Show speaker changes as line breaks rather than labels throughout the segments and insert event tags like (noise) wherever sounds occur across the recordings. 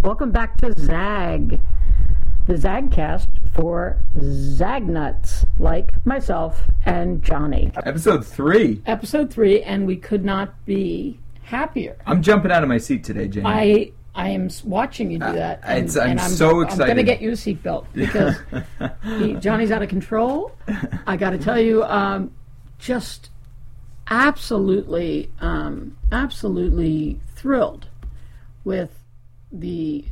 Welcome back to Zag, the Zagcast for Zagnuts like myself and Johnny.
Episode three.
Episode three, and we could not be happier.
I'm jumping out of my seat today, Jamie.
I I am s- watching you do that.
I- Uh, it's- I'm so
I'm gonna
excited.
get you a
(laughs)
seatbelt because he- Johnny's out of control. I got to tell you, um, just absolutely, um, absolutely thrilled with the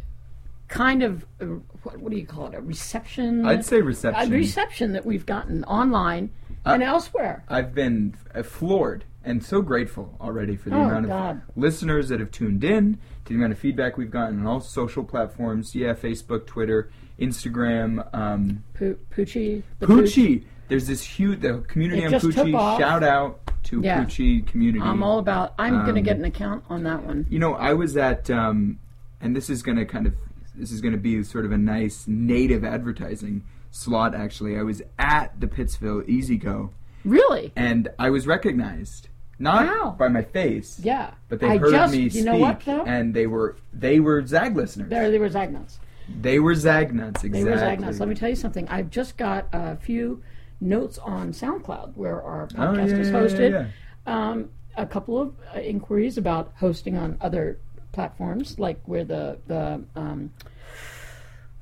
kind of uh, what, what do you call it? A reception?
would say
a
reception.
reception that we've gotten online
Uh,
and elsewhere.
I've been uh, floored and so grateful already for the
Oh,
amount of
God.
listeners that have tuned in, to the amount of feedback we've gotten on all social platforms. Yeah, Facebook, Twitter, Instagram, um,
Poo- Poochie, the
Poochie. There's this huge the community
It
on
just took
Poochie.
off.
Shout out to
Yeah.
Poochie community.
I'm all about. I'm
Um,
gonna get an account on that one.
You know, I was at, um, and this is going to kind of, this is going to be sort of a nice native advertising slot. Actually, I was at the Pittsville Easy Go,
Really?
and I was recognized not
Wow.
by my face,
Yeah.
but they
I
heard
just,
me
you
speak,
know what though?
and they were they were Zag listeners.
there they were Zagnuts.
they were Zag nuts. Exactly.
They were Zagnuts. Let me tell you something. I've just got a few notes on SoundCloud where our
Oh,
podcast
yeah,
is
yeah, yeah,
hosted.
yeah.
Um, a couple of uh, inquiries about hosting on other platforms, like where the the um,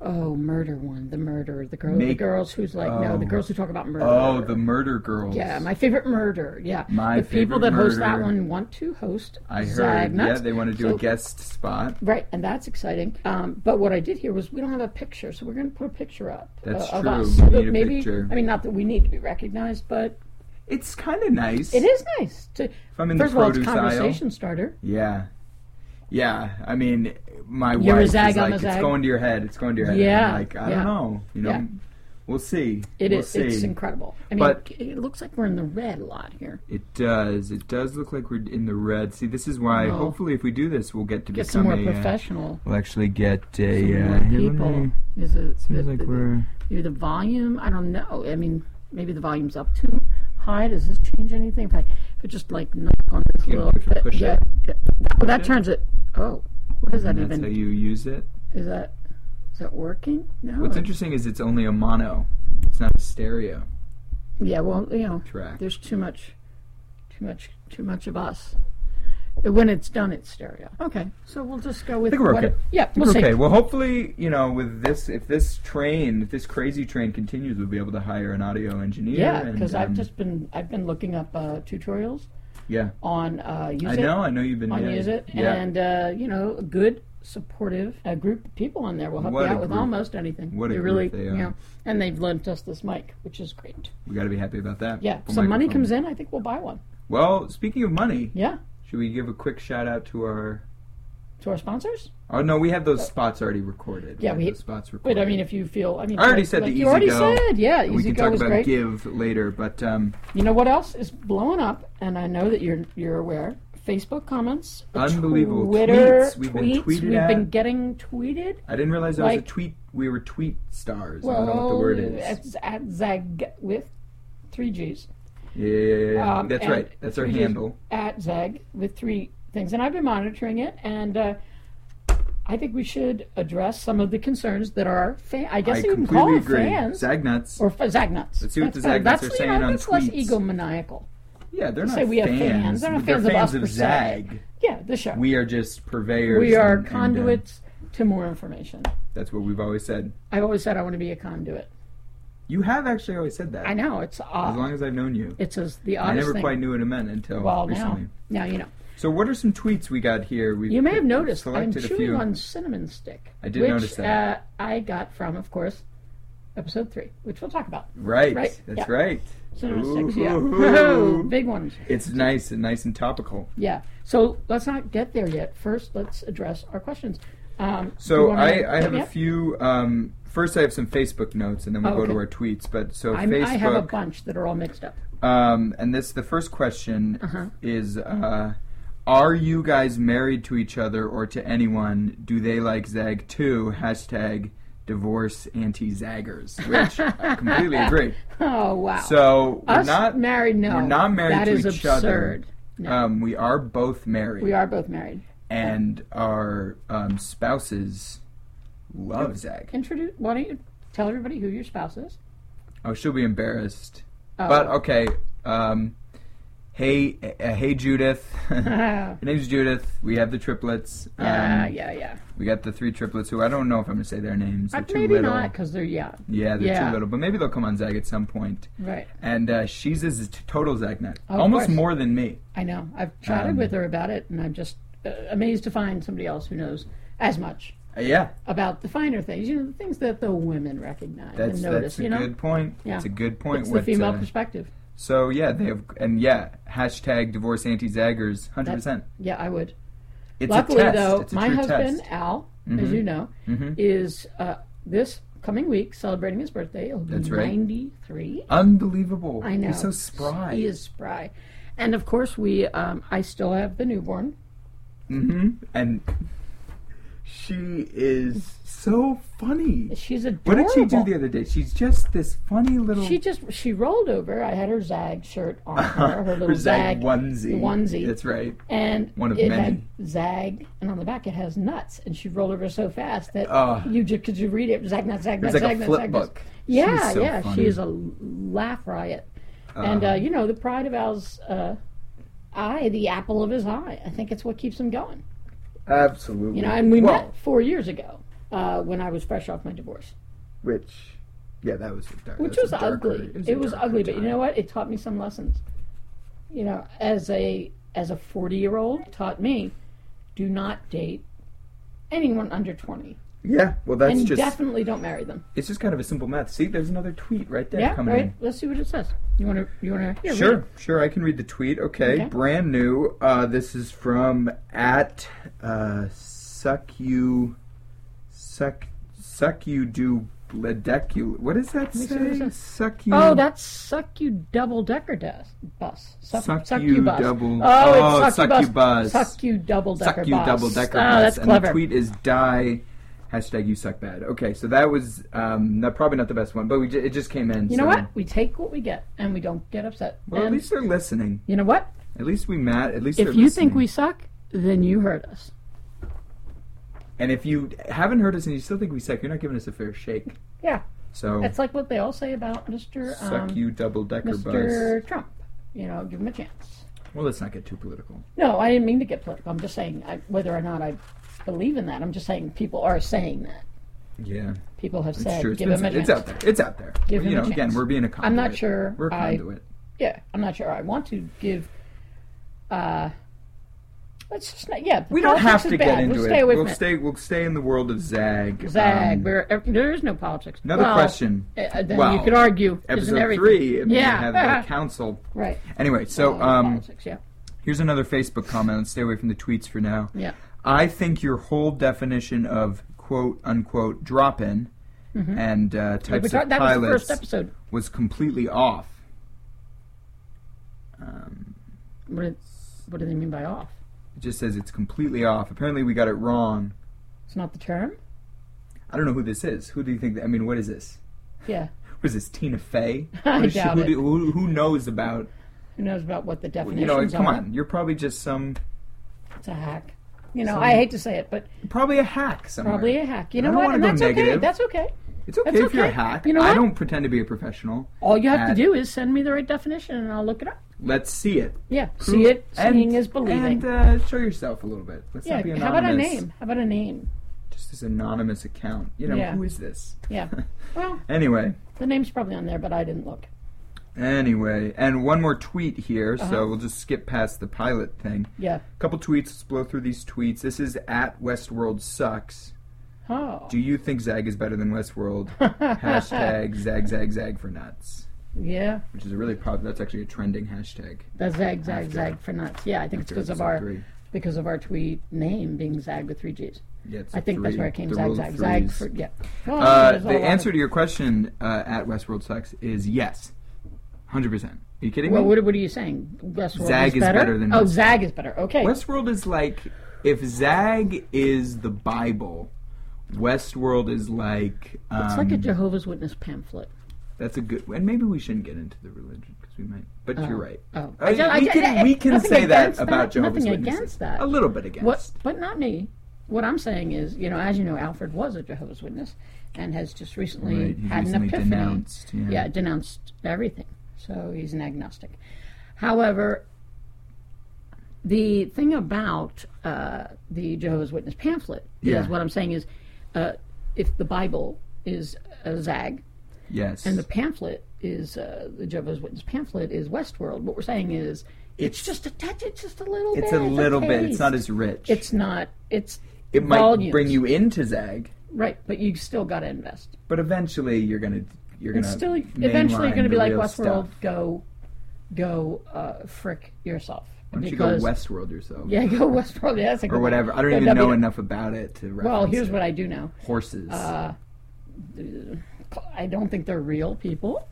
oh murder one, the murder, the girl, the
Make-
girls who's like no, the
oh.
girls who talk about murder.
Oh, the Murder Girls.
Yeah, my favorite murder. Yeah,
My
the people
Favorite
that host that
Murder.
one want to host.
I heard.
Zagnuts.
Yeah, they want to do
So-
a guest spot.
Right, and that's exciting. Um, but what I did here was we don't have a picture, so we're going to put a picture up
That's
uh, of
true.
us.
We
so
need
that
a
maybe,
picture.
I mean, not that we need to be recognized, but
It's kind of nice.
it is nice to.
If I'm in
first
the
of all, it's
produce aisle.
conversation starter.
Yeah. Yeah. I mean, my
You're a
wife
zag
is
on
like,
the
it's
zag."
going to your head. It's going to your head.
Yeah,
I'm like, I
yeah.
don't know. You know,
Yeah.
we'll see.
It
we'll
is.
See.
It's incredible. I mean,
But-
it looks like we're in the red a lot here.
It does. It does look like we're in the red. See, this is why.
No.
Hopefully, if we do this, we'll get to
Oh. Get some
become
more
a. uh,
professional.
we'll actually get a.
some
uh,
more
here, let
people.
me-
Is it
Seems
the-
like
the-
we're.
maybe the volume? I don't know. I mean, maybe the volume's up too high. Does this change anything? If I if it just like knock on this
You
little
push-
bit,
push it.
yeah, yeah. Oh, that
it.
turns it. Oh, what is that
and
even? Oh.
That's how you use it.
Is that is that working? No.
What's interesting is it's only a mono. It's not a stereo
Yeah, well, you know,
track.
there's too much, too much, too much of us. When it's done, it's stereo. Okay, so we'll just go with.
think we're
what-
okay.
Yeah, we'll
okay.
see.
Well, hopefully, you know, with this, if this train, if this crazy train continues, we'll be able to hire an audio engineer.
Yeah,
and,
because I've
um,
just been I've been looking up uh, tutorials
yeah.
on uh, use
I
it
know. I know you've been
on
yeah,
use it,
Yeah.
and uh, you know, a good supportive uh group of people on there will help
What
you
a
out with
group.
almost anything.
What
They
a group
really,
they
you
are.
know, and they've lent us this mic, which is great.
we got to be happy about that.
Yeah,
Full
some money
microphone.
comes in, I think we'll buy one.
Well, speaking of money,
Yeah,
should we give a quick shout out to our?
to our sponsors.
Oh no, we have those spots already recorded.
Yeah,
have
we-
those spots recorded.
But I mean, if you feel, I mean,
I already
like-
said the
like
Easy
you already
Go,
said, yeah,
And we
Easy
can
Go
talk
was
about
great.
give later, but um,
You know what else is blowing up? And I know that you're you're aware. Facebook comments,
Unbelievable.
Twitter
Tweets. We've been
tweets,
tweeted
we've been
at.
getting tweeted.
I didn't realize there was
Like-
a tweet. We were tweet stars. I don't know what the
Well,
word is.
it's at Zag with three G's.
Yeah, yeah, yeah, yeah.
Um,
that's
and
right. That's our
three Gs.
handle.
At Zag with three things, and I've been monitoring it, and uh, I think we should address some of the concerns that our fan. I guess
I
you can call
completely
them
agree.
fans
Zagnuts.
or f- Zagnuts.
Let's see what
That's
the
better.
Zagnuts
That's,
are
you
saying
know,
on
that's less
tweets.
egomaniacal.
yeah, they're not
say we have
fans.
fans. They're not fans of
they're
us
fans of
per se.
Zag.
Yeah, the show.
We are just purveyors.
we are
and- and, uh,
conduits to more information.
that's what we've always said.
I've always said I want to be a conduit.
You have actually always said that.
I know it's
As
odd.
long as I've known you.
it's as the oddest
I never
thing.
quite knew what it meant until
well,
recently.
now, now you know.
So, what are some tweets we got here? We've
You may have
picked-
noticed I'm
selected a
chewing
few.
on cinnamon stick.
I did
which,
notice that.
Uh, I got from, of course, episode three, which we'll talk about.
Right.
Right,
That's
yeah.
right.
Cinnamon sticks,
(laughs)
yeah,
Ooh.
big ones.
It's nice and nice and topical.
Yeah. So let's not get there yet. First, let's address our questions. Um, do you
So
wanna-
I, I have
yeah?
a few. Um, first, I have some Facebook notes, and then we'll
Oh,
go to
okay.
our tweets. But so
I'm-
Facebook,
I have a bunch that are all mixed up.
um, and this the first question
Uh-huh.
is: uh, Are you guys married to each other or to anyone? Do they like Zag too? Hashtag divorce anti-zaggers, which
(laughs)
I completely agree.
Oh wow.
So we're
Us
not
married? No,
we're not married
That
to
is
each
absurd. No,
Um, we are both married,
we are both married.
and our um, spouses love Zag.
Introduce. Why don't you tell everybody who your spouse is?
Oh, she'll be embarrassed.
Oh. (laughs)
But okay, um, hey, uh,
(laughs)
hey, Judith. Her
Ah,
name's Judith. We have the triplets. Um,
yeah, yeah, yeah.
We got the three triplets who I don't know if I'm gonna say their names. They're
Uh,
too
maybe
little.
not because they're yeah,
Yeah, they're
Yeah.
too little. But maybe they'll come on Zag at some point.
right.
And uh, she's a z- total Zag nut,
Of
almost
course.
more than me.
I know. I've chatted
Um,
with her about it, and I'm just uh, amazed to find somebody else who knows as much
Uh, yeah,
about the finer things. You know, the things that the women recognize
that's
and notice.
that's a
you know,
good point.
Yeah.
It's a good point.
it's the
What,
female
uh,
perspective.
So yeah, they have, and yeah, hashtag divorce anti zaggers, hundred percent.
Yeah, I would.
It's
Luckily,
a test.
though,
it's a
my
true
husband
test.
Al, as
Mhm.
you know,
Mhm.
is uh, this coming week celebrating his birthday. He'll be
That's right.
93.
Unbelievable.
I know.
He's so spry.
He is spry. And of course, we. Um, I still have the newborn.
hmm And she is so funny.
She's adorable.
What did she do the other day? She's just this funny little.
She just she rolled over. I had her Zag shirt
(laughs)
on her, her little
her
Zag,
Zag onesie.
onesie.
That's right.
and
one of
it
many.
had Zag, and on the back it has nuts. And she rolled over so fast that
Ah.
you just could you read it Zag nut Zag nut
It's like
Zag
a
nut
flip
Zag nut.
book.
Yeah,
She's so
yeah,
funny. Ah.
she is a laugh riot, and uh, you know the pride of Al's uh, eye, the apple of his eye. I think it's what keeps him going.
Absolutely.
You know, and we
well,
met four years ago uh, when I was fresh off my divorce.
Which, yeah, that was dark.
which
that's
was
a darker-
ugly.
a
It was
darker
ugly, but you
time.
know what? It taught me some lessons. You know, as a as a forty year old, it taught me do not date anyone under twenty,
Yeah. Well, that's
and
just.
definitely don't marry them.
It's just kind of a simple math. See, there's another tweet right there
Yeah,
coming
right.
in.
Let's see what it says. You want to? You want to?
Sure, sure. I can read the tweet. Okay,
Okay.
brand new. Uh, this is from at uh, suck you, suck suck you do bledecul. What does that
me see
say?
what it says.
Suck you.
Oh, that's suck you double decker des- bus. Suck,
Suck
you
you
bus. Oh,
double- oh,
it's suck,
suck
you
you
bus.
bus.
Suck you double decker
suck you
bus.
double decker.
Oh, that's
And
clever.
the tweet is die. Hashtag you suck bad. Okay, so that was um, not, probably not the best one, but we j- it just came in.
you know
so-
what? We take what we get, and we don't get upset.
Well, at
And
least they're listening.
you know what?
At least we met. At least
If
they're
you think
listening.
we suck, then you heard us.
and if you haven't heard us and you still think we suck, you're not giving us a fair shake.
Yeah,
So
it's like what they all say about Mr.
Suck
um,
you double decker buzz.
Mr. Trump. You know, give him a chance.
Well, let's not get too political.
No, I didn't mean to get political. I'm just saying I, whether or not I believe in that. I'm just saying people are saying that.
Yeah,
People have
it's
said,
true. It's,
give
been-
him a
it's
chance.
out there. It's out there.
Give
you
him a
know, again,
chance.
we're being a conduit.
I'm not sure.
We're a
I-
conduit.
Yeah, I'm not sure I want to give. Uh, let's just not. Yeah, the
we don't
politics
have
is
to
bad.
get into
we'll
it.
Stay away
we'll
from it.
stay. We'll stay in the world of zag.
Zag.
Um,
where ev- there is no politics.
another
Well,
question.
Uh, then you
Well,
could argue. isn't
Episode
everything.
three. and we
Yeah. (laughs)
Have the council.
right.
Anyway, so
Uh,
um,
politics. Yeah.
here's another Facebook comment. Let's stay away from the tweets for now.
Yeah.
I think your whole definition of quote unquote drop in and uh,
But
types
Mm-hmm. that
of
that was the
pilots
first episode.
was completely off. Um,
What do, what do they mean by off?
it just says it's completely off. Apparently, we got it wrong.
It's not the term?
I don't know who this is. Who do you think? That, I mean, what is this?
Yeah.
What is this?
(laughs)
Tina Fey?
I
What is
doubt
who,
it.
do- who, who knows about?
Who knows about what the definitions
You know, come
are?
on. You're probably just some,
It's a hack. You know,
Some-
I hate to say it, but
probably a hack somewhere.
probably a hack. You know
don't
what?
wanna
And
go
that's okay.
negative.
That's okay.
It's okay
That's
if you're a
okay.
hack.
You know
I
what?
don't pretend to be a professional.
All you have to
At-
do is send me the right definition, and I'll look it up.
Let's see it.
Yeah. See it.
And-
Seeing is believing.
And uh, show yourself a little bit. Let's
yeah.
not be anonymous.
How about a name? How about a name?
Just this anonymous account. You know,
Yeah.
who is this? (laughs)
Yeah. well,
Anyway.
the name's probably on there, but I didn't look.
Anyway, and one more tweet here,
Uh-huh.
so we'll just skip past the pilot thing.
Yeah.
A couple tweets, let's blow through these tweets. This is at Westworld Sucks.
Oh.
Do you think Zag is better
(laughs)
than Westworld? (laughs) hashtag Zag Zag Zag for nuts.
yeah.
Which is a really pop that's actually a trending hashtag.
The zag zag
After-
zag for nuts. Yeah, I think it's
After
because of
episode
our
three.
because of our tweet name being zag with three G's.
Yeah, it's
I
a
think that's
three.
where it came
The
zag
rule of
zag zag
threes.
for yeah. Oh, Well,
Uh,
there's a
the
lot
answer
of-
to your question uh, at Westworld Sucks is yes. 100%. Are you kidding
Well,
me?
what, what are you saying? Westworld
Zag
is
is
better.
better than
oh,
Westworld.
Zag is better. Okay.
Westworld is like if Zag is the Bible, Westworld is like. Um,
It's like a Jehovah's Witness pamphlet.
That's a good. And maybe we shouldn't get into the religion because we might. But you're right.
Oh,
I-
I don't- I
we
don't-
can, we can
nothing
say that
against
about Jehovah's
nothing
Witnesses.
against that.
A little bit against.
What, but not me. What I'm saying is, you know, as you know, Alfred was a Jehovah's Witness and has just recently
Right, he
had
recently
an epiphany.
denounced, yeah.
denounced everything. So he's an agnostic. However, the thing about uh, the Jehovah's Witness pamphlet
Yeah.
is what I'm saying is, uh, if the Bible is a zag,
Yes.
and the pamphlet is uh, the Jehovah's Witness pamphlet is Westworld. What we're saying is it's,
It's-
just a touch, it's just a little bit.
it's a little bit. It's not
taste.
as rich.
It's not. It's
it might
volumes.
bring you into Zag,
right, but you still got to invest.
but eventually you're gonna you're
And
gonna
still, eventually, you're
mainline
going to be
the
like
real
Westworld.
stuff.
Go, go, uh, frick yourself.
Why don't you go
Because-
Westworld yourself?
Yeah, go (laughs) Westworld. Yeah, that's a good
Or
one.
whatever. I don't
Go
even know
W-
enough about it to.
Well,
reference
here's
it.
what uh, I do know.
horses.
I don't think they're real people.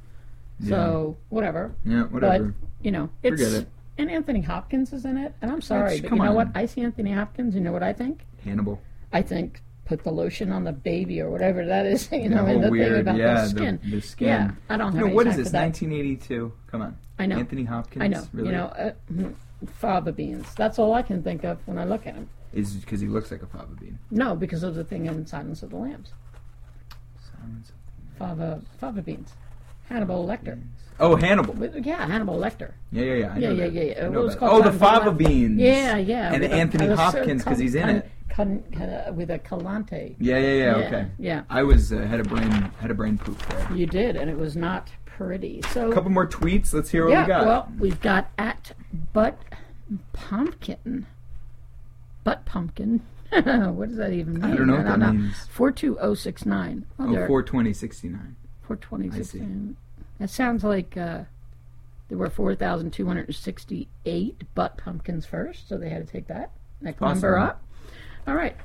So whatever.
yeah, whatever.
But you know,
Forget
it's
it.
and Anthony Hopkins is in it. And I'm sorry,
That's-
but
come
you know what?
on.
I see Anthony Hopkins. You know what I think?
Hannibal.
I think put the lotion on the baby or whatever that is. (laughs) You
The
know,
whole
and the
weird-
thing about
yeah,
the
the-
skin.
the skin.
Yeah, I don't have
No,
any
what is
time
this?
for that.
1982. Come on.
I know.
Anthony Hopkins.
I know.
Really?
You know, uh, mm, fava beans. That's all I can think of when I look at him.
is because he looks like a fava bean.
No, because of the thing in Silence of the Lambs.
Simon's-
Fava fava beans. Hannibal Lecter.
Oh, Hannibal.
But, yeah, Hannibal Lecter.
Yeah, yeah, yeah. I
Yeah,
know
yeah,
that.
yeah, yeah.
I
What
know
was
that.
called
Oh,
Silence
the
of the
fava
Lambs?
beans.
Yeah, yeah.
And
with
Anthony
I was so
Hopkins, 'cause he's in
con-
it.
con- con- with a Calante.
Yeah, yeah, yeah.
Yeah,
Okay.
yeah.
I was uh, had a brain had a brain poop there.
You did, and it was not pretty. So,
A couple more tweets. Let's hear what
yeah,
we got.
well, we've got at butt pumpkin. Butt pumpkin. (laughs) what does that even mean?
I don't know what that means.
42069. Well,
Oh,
there-
420, 69.
42069. That sounds like uh, there were 4,268 butt pumpkins first, so they had to take that, that number
Possible.
up. All right.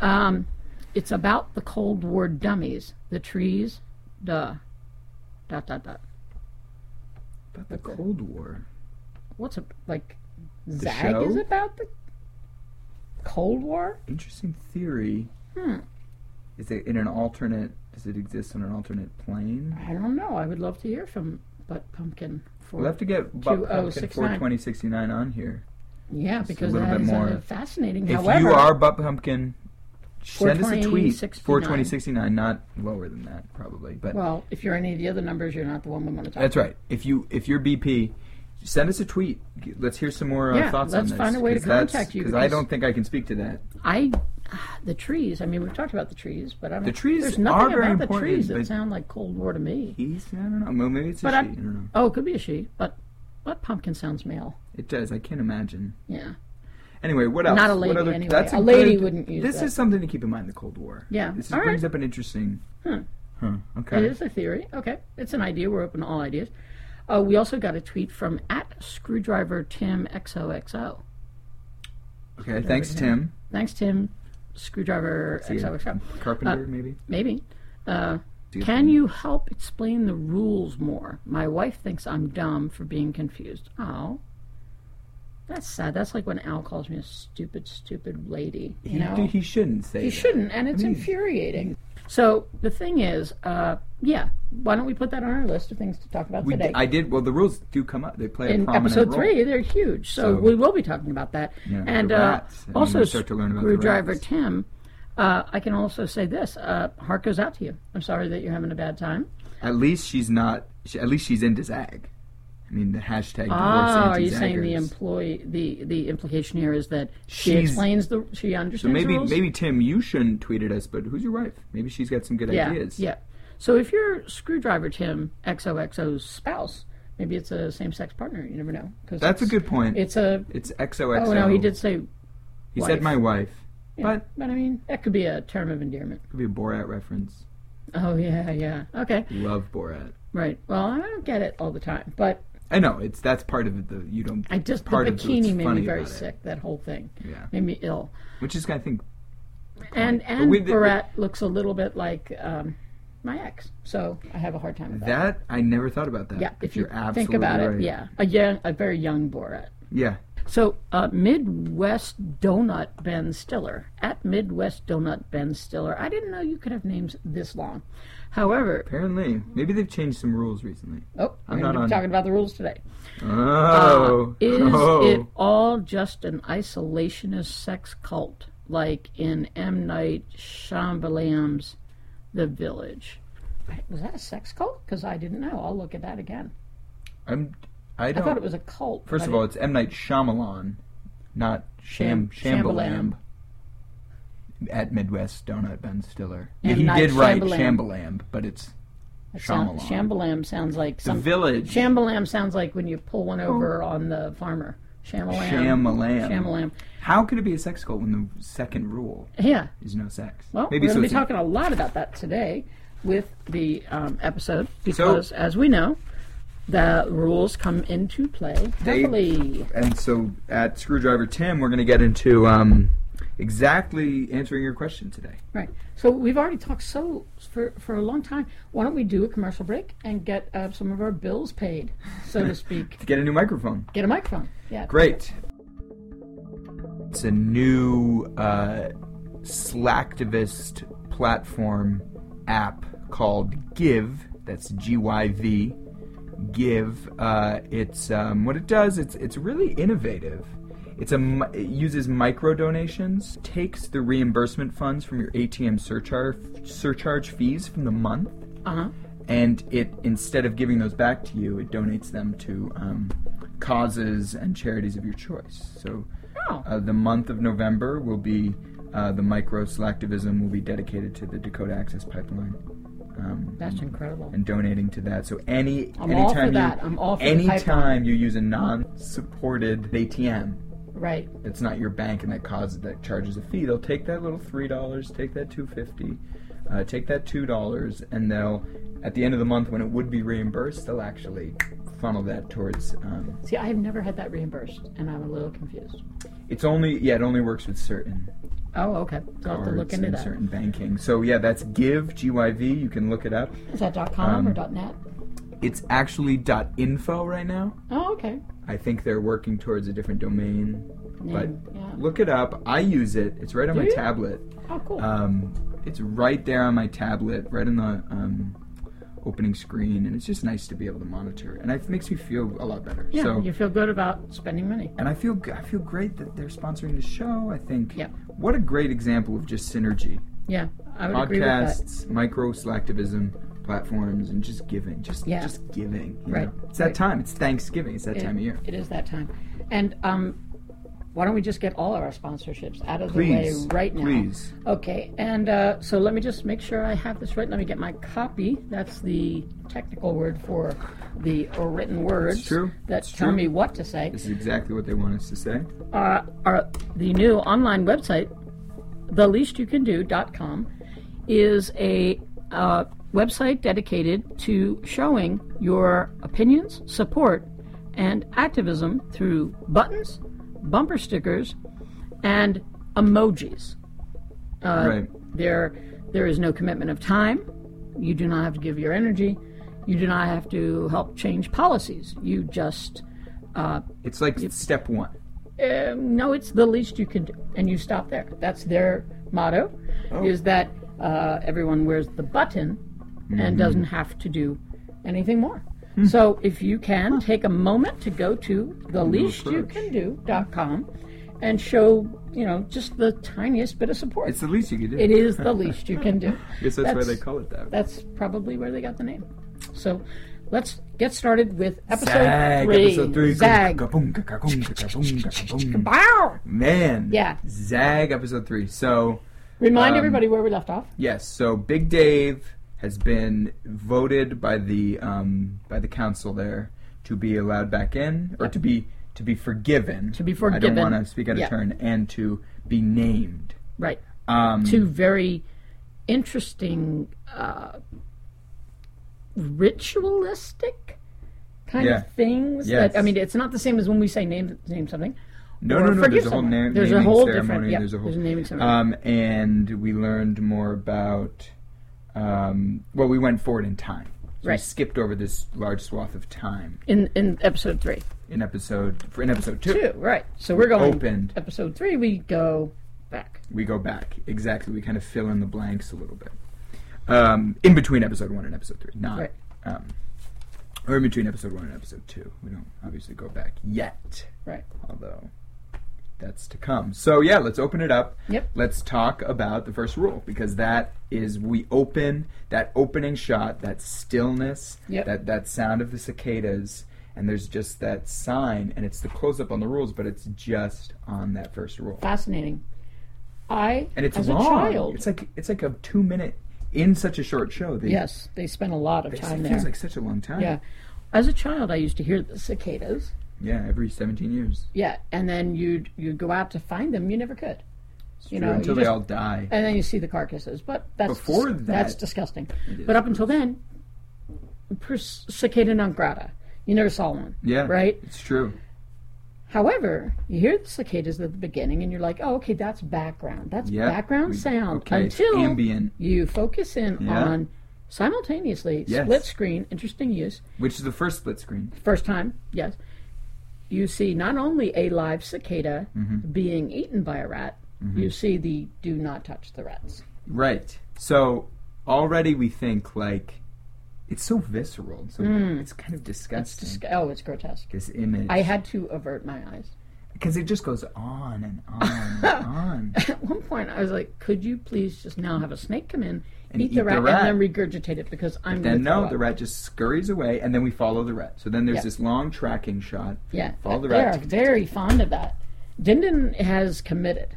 Um, it's about the Cold War dummies, the trees, duh, dot, dot, dot.
About the Cold War.
What's it like? Zag
show?
is about the Cold War?
Interesting theory.
Hmm.
Is it in an alternate? Does it exist on an alternate plane?
I don't know. I would love to hear from Butt Pumpkin. For,
We'll have to get Buck Pumpkin
2069.
42069 on here.
yeah,
a
because
little
that
bit
is
more.
uh, fascinating.
If
However,
you are Butt Pumpkin, send us a tweet.
42069.
42069, not lower than that, probably. But
Well, if you're any of the other numbers, you're not the one we want to talk.
That's right. If you if you're BP, send us a tweet. G- Let's hear some more uh,
Yeah,
thoughts on
let's
this.
find a way to
'cause that's-
contact you,
because I
because-
don't think I can speak to that.
I, ah, the trees. I mean, we've talked about the trees, but I don't.
The trees
There's nothing
are very
about the
important,
trees that
but-
sound like Cold War to me.
He's I don't know. Well, maybe it's a
But
she. I
I'm-
don't know.
Oh, it could be a she, but but pumpkin sounds male.
It does. I can't imagine.
Yeah,
Anyway, what else?
Not a
What
lady,
other-
anyway.
That's
A lady
good-
wouldn't use
This
that.
is something to keep in mind. The Cold War.
Yeah.
This
All
brings
right.
up an interesting.
Hmm.
Huh.
it
Okay.
is a theory. Okay, it's an idea. We're open to all ideas. Uh, we also got a tweet from at screwdriver Tim XOXO.
Okay. Thanks, Tim.
Thanks, Tim. Screwdriver
See ya.
XOXO.
Carpenter, maybe.
Maybe. Uh,
Do you
Can
think?
you help explain the rules more? My wife thinks I'm dumb for being confused. Oh. That's sad. That's like when Al calls me a stupid, stupid lady. You
(laughs) He,
know?
he shouldn't say.
You
that.
shouldn't, and it's
mean-
infuriating. So the thing is, uh, yeah, why don't we put that on our list of things to talk about
We,
today?
d- I did. Well, the rules do come up. They play a
in
prominent
episode
role.
three, they're huge. So,
So-
we will be talking about that.
Yeah,
and
the
uh,
rats. I mean,
also,
we start to learn about the
screwdriver
rats.
Tim, uh, I can also say this: uh, heart goes out to you. I'm sorry that you're having a bad time.
At least she's not. She, at least she's into Zag. I mean, the hashtag.
Ah,
divorce
are you saying the
anti-Zaggers.
employee the the implication here is that she
She's-
explains the she understands
So maybe
the rules?
maybe Tim, you shouldn't tweet at us, but who's your wife? Maybe she's got some good
yeah
ideas.
yeah. So if you're screwdriver Tim XOXO's spouse, maybe it's a same sex partner. You never know. 'cause
that's a
it's-
good point.
It's a
It's XOXO.
oh no, he did say
He said
wife.
my wife,
yeah,
but
but I mean that could be a term of endearment.
could be a Borat reference.
Oh yeah yeah okay
Love Borat.
right. Well I don't get it all the time, but
I know it's that's part of the you don't.
I just
Part
the
of what's
bikini made
funny
me very
about it.
sick. That whole thing
Yeah,
made me ill.
which is I think
And
But
and
we did-
Barat looks a little bit like um, my ex, so I have a hard time with that.
that I never thought about that.
yeah,
but
if you
you're absolutely
think about
right.
it, yeah, a young, a very young Borat.
yeah.
So uh, Midwest Donut Ben Stiller at Midwest Donut Ben Stiller. I didn't know you could have names this long. However,
Apparently, maybe they've changed some rules recently.
oh,
I'm
we're
not
going to
on-
be talking about the rules today.
Oh,
Uh, Is
oh.
it all just an isolationist sex cult, like in M. Night Shyamalan's The Village? Was that a sex cult? Because I didn't know. I'll look at that again.
I'm. I
I
don't.
thought it was a cult.
First
but
of
I
all, it's M Night Shyamalan, not Sham
Sham-
Shambalam. At Midwest Donut Ben Stiller.
M.
he
Night
did write
Shyamalan.
Shambalam, but it's
didn't- sound-
Shyamalan.
Shambalam sounds like
the
some.
village.
Shambalam sounds like when you pull one over on the farmer. Shamalam.
Shyamalan.
Shamalam.
How could it be a sex cult when the second rule
Yeah.
is no sex?
Well,
maybe
we're going
so.
to be
it's a-
talking a lot about that today with the um, episode because, as we know, the rules come into play
They-
heavily.
and so at Screwdriver Tim, we're going to get into um, exactly answering your question today.
Right. So we've already talked so for, for a long time. Why don't we do a commercial break and get uh, some of our bills paid, so to
(laughs)
speak?
To get a new microphone.
Get a microphone. Yeah.
Great. It's a new uh, Slacktivist platform app called Give. That's G Y V. Give. Uh, it's um, what it does. It's it's really innovative. It's a mi- it uses micro donations, takes the reimbursement funds from your ATM surcharge surcharge fees from the month,
Uh huh.
and it instead of giving those back to you, it donates them to um, causes and charities of your choice. So
Oh.
uh, the month of November will be uh, the micro selectivism will be dedicated to the Dakota Access Pipeline. Um,
That's incredible.
and donating to that. So any
I'm all for
anytime
that.
you
I'm all for the
anytime
pipeline.
you use a non-supported ATM,
Right.
it's not your bank and that causes that charges a fee. They'll take that little three dollars, take that two fifty, uh, take that two dollars, and they'll at the end of the month when it would be reimbursed, they'll actually funnel that towards. Um,
See, I have never had that reimbursed, and I'm a little confused.
it's only yeah, it only works with certain
Oh, okay. So I'll have to
cards
look into
and
that.
certain banking. So yeah, that's Give G Y V. You can look it up.
Is that .com
Um,
or .net?
It's actually .info right now.
Oh, okay.
I think they're working towards a different domain.
Name. yeah.
Look it up. I use it. It's right on
Do
my
you?
tablet.
Oh, cool.
Um, it's right there on my tablet, right in the um, opening screen, and it's just nice to be able to monitor. And it makes me feel a lot better.
yeah,
so,
you feel good about spending money.
and I feel g- I feel great that they're sponsoring the show. I think.
Yeah.
What a great example of just synergy.
Yeah, I would agree with that.
Podcasts, micro selectivism platforms, and just giving, just
Yeah.
just giving. you
Right,
know? It's that
right.
time. It's Thanksgiving. It's that time of year.
It is that time. And um, why don't we just get all of our sponsorships out of
Please,
the way right now?
please.
Okay, and uh, so let me just make sure I have this right. Let me get my copy. That's the technical word for the or written words
true.
that
It's
tell
true.
me what to say.
This is exactly what they want us to say.
uh, our, the new online website, theleastyoucando.com, is a uh, website dedicated to showing your opinions, support, and activism through buttons, bumper stickers, and emojis. Uh,
right.
There, there is no commitment of time. You do not have to give your energy. You do not have to help change policies. You just
It's like step one.
uh, no, it's the least you can do, and you stop there. That's their motto,
Oh.
is that uh, everyone wears the button
Mm-hmm.
and doesn't have to do anything more.
Hmm.
So if you can take a moment to go to theleastyoucando.com and show, you know, just the tiniest bit of support.
It's the least you could do.
it is the least you
(laughs)
can do.
I guess that's, why they call it that.
That's probably where they got the name. So let's get started with episode
Zag,
three.
episode three.
Zag.
Kaboom, ka-kaboom, ka-kaboom, ka-kaboom.
Bow!
Man.
Yeah.
Zag episode three. So
Remind
Um,
everybody where we left off.
yes, so Big Dave has been voted by the um, by the council there to be allowed back in or to be to be forgiven. To
be
I
forgiven.
don't want to speak out of
Yeah.
turn and to be named.
Right.
Um,
Two very interesting, uh, ritualistic kind
Yeah.
of things.
Yes.
That I mean, it's not the same as when we say name name something.
No,
or
no, no.
forgive
There's a whole
someone.
na-
There's a
naming
whole different-
ceremony.
yeah,
there's a whole
there's a naming ceremony.
Um, and we learned more about. Um, well, we went forward in time. So We
Right.
skipped over this large swath of time
in in episode three.
in episode for in episode two.
Two, right. So we're going
Opened.
episode three. We go back.
We go back exactly. We kind of fill in the blanks a little bit um, in between episode one and episode three, not
Right.
um, or in between episode one and episode two. We don't obviously go back yet.
Right.
although that's to come. So yeah, let's open it up.
Yep.
Let's talk about the first rule because that is we open that opening shot, that stillness,
Yep.
that that sound of the cicadas, and there's just that sign, and it's the close up on the rules, but it's just on that first rule,
Fascinating. I
and it's
as
long.
a child.
It's like it's like a two minute in such a short show. They,
yes, they spent a lot of
it
time
feels
there.
like such a long time.
yeah. As a child, I used to hear the cicadas.
Yeah, every 17 years.
Yeah, and then you'd you'd go out to find them. You never could.
It's
You
true,
know, you
until they
just-
all die.
and then you see the carcasses. But that's
Before that-
that's disgusting.
It is.
But up until then, per- cicada non grata. You never saw one.
yeah,
Right.
It's true.
However, you hear the cicadas at the beginning, and you're like, "Oh, okay, that's background. That's
Yeah,
background
we-
sound."
okay, it's
until
ambient.
you focus in
Yeah.
on simultaneously
Yes.
split screen. Interesting use.
Which is the first split screen.
First time, yes. You see not only a live cicada
Mm-hmm.
being eaten by a rat, you see the do not touch the rats.
Right. So already we think like it's so visceral. So it's kind of
Hmm. It's
disgusting.
dis- oh, it's grotesque.
this image.
I had to avert my eyes. (laughs)
because it just goes on and on and on.
At one point, I was like, "Could you please just now have a snake come in,
And
eat,
eat
the,
the
rat,
rat.
and then regurgitate it because I'm gonna
Then
throw
no, the
up."
rat just scurries away, and then we follow the rat. So then there's
Yeah.
this long tracking shot.
Yeah,
Follow the
they
rat.
are very fond of that. Dindon has committed.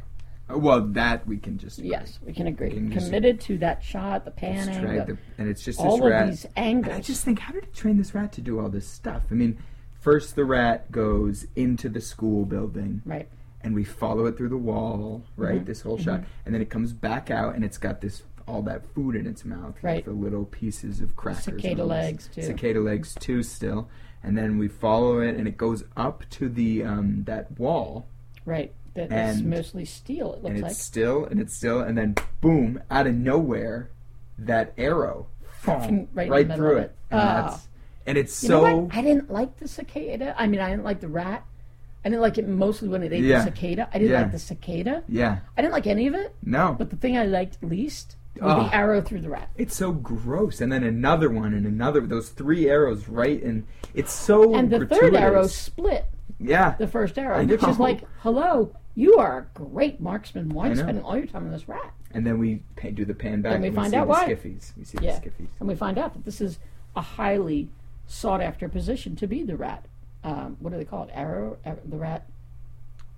Oh, Well, that we can just
Yes, we can agree.
Can you see-
committed to that shot, the
It's
panning,
tracked
the-
up, and it's just
all
this rat.
of these angles.
And I just think, how did it train this rat to do all this stuff? I mean, first the rat goes into the school building.
right.
and we follow it through the wall,
Mm-hmm.
right? This whole shot, and then it comes back out, and it's got this all that food in its mouth, like
Right.
the little pieces of crackers, and
Cicada
all this-
legs, too.
cicada legs too, still. And then we follow it, and it goes up to the um, that wall,
Right. That is
And-
mostly steel, it looks
and
like.
it's still, and it's still, and then boom, out of nowhere, that arrow, boom,
Right in
right,
the middle of
through
it.
it, and,
Ah.
that's, and it's
You
so
know what? I didn't like the cicada. I mean, I didn't like the rat. I didn't like it mostly when it ate
Yeah.
the cicada. I didn't
Yeah.
like the cicada.
yeah,
I didn't like any of it.
no,
But the thing I liked least was
Ah.
the arrow through the rat.
It's so gross, and then another one, and another. Those three arrows, right? And it's so.
And the
Oh, gratuitous.
third arrow split
Yeah,
the first
I
arrow, which
know.
is like, hello, you are a great marksman. Why
I
are you
know.
spending all your time on this rat?
and then we pa do the pan back,
Then we
and
find
see
out
the
why.
skiffies. We see
Yeah.
the skiffies.
And we find out that this is a highly sought after position to be the rat. Um, what do they call it? Arrow? arrow the rat?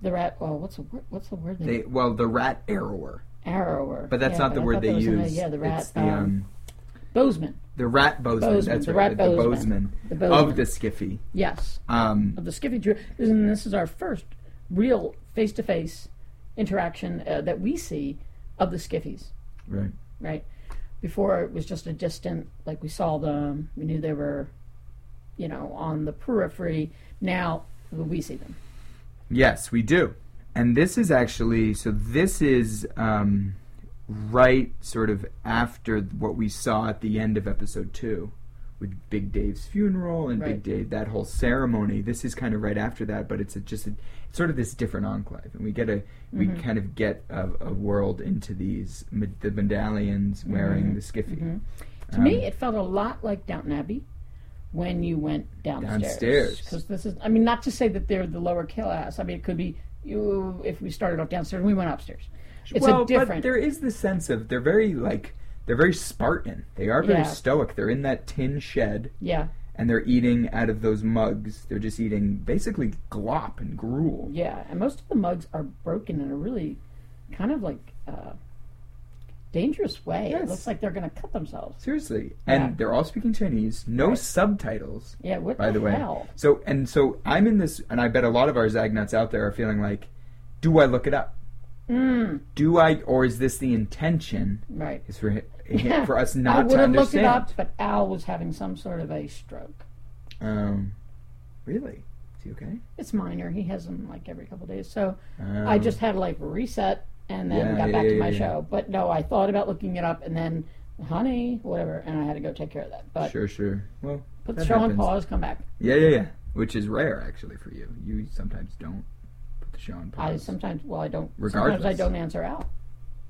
The rat? Well, what's the word? What's the word? They,
They well, the rat arrower,
arrower.
but that's
Yeah,
not the
I
word
thought
they
that was in there.
use.
yeah, the rat.
It's the
um,
um,
Bozeman.
the rat bozeman.
Bozeman,
That's
the
right,
rat
the,
bozeman.
bozeman,
The Bozeman.
of the skiffy.
Yes.
Um,
Of the Skiffy Drew. And this is our first real face to face interaction uh, that we see of the Skiffies,
right.
right? Before it was just a distant, like we saw them, we knew they were, you know, on the periphery. Now we see them.
Yes, we do. And this is actually so. This is um, right, sort of after what we saw at the end of episode two, with Big Dave's funeral and Big
Right.
Dave that whole ceremony. This is kind of right after that, but it's a, just a, it's sort of this different enclave, and we get a we
Mm-hmm.
kind of get a, a world into these med- the medallions wearing the skiffy
Mm-hmm.
Um,
To me, it felt a lot like Downton Abbey when you went downstairs.
Downstairs.
Because this is, I mean, not to say that they're the lower class. I mean, it could be you, if we started off downstairs and we went upstairs. It's
well,
a different.
but there is this sense of they're very like they're very Spartan. They are very
Yeah.
stoic. They're in that tin shed.
yeah,
and they're eating out of those mugs. They're just eating basically glop and gruel.
Yeah, and most of the mugs are broken in a really kind of like uh, dangerous way.
Yes.
It looks like they're going to cut themselves.
Seriously, and
Yeah.
they're all speaking Chinese, no subtitles.
Yeah, what
By the way,
hell?
so and so, I'm in this, and I bet a lot of our Zagnuts out there are feeling like, do I look it up?
Mm,
Do I, or is this the intention?
right.
Is for hi-
(laughs)
hi- for us
I
not
would
to
have
understand?
looked it up, but Al was having some sort of a stroke.
Um, really? Is he okay?
It's minor. He has them like every couple days. So I
Um,
just had like a reset and then
Yeah,
got
yeah,
back to
yeah,
my
yeah.
show. But no, I thought about looking it up and then honey, whatever, and I had to go take care of that. But
Sure, sure. Well,
put the
that
show on
happens.
pause, come back.
Yeah, yeah, yeah. Which is rare, actually, for you. You sometimes don't put the show on
I
pause.
sometimes, well, I don't. Sometimes I
Regardless.
don't answer out.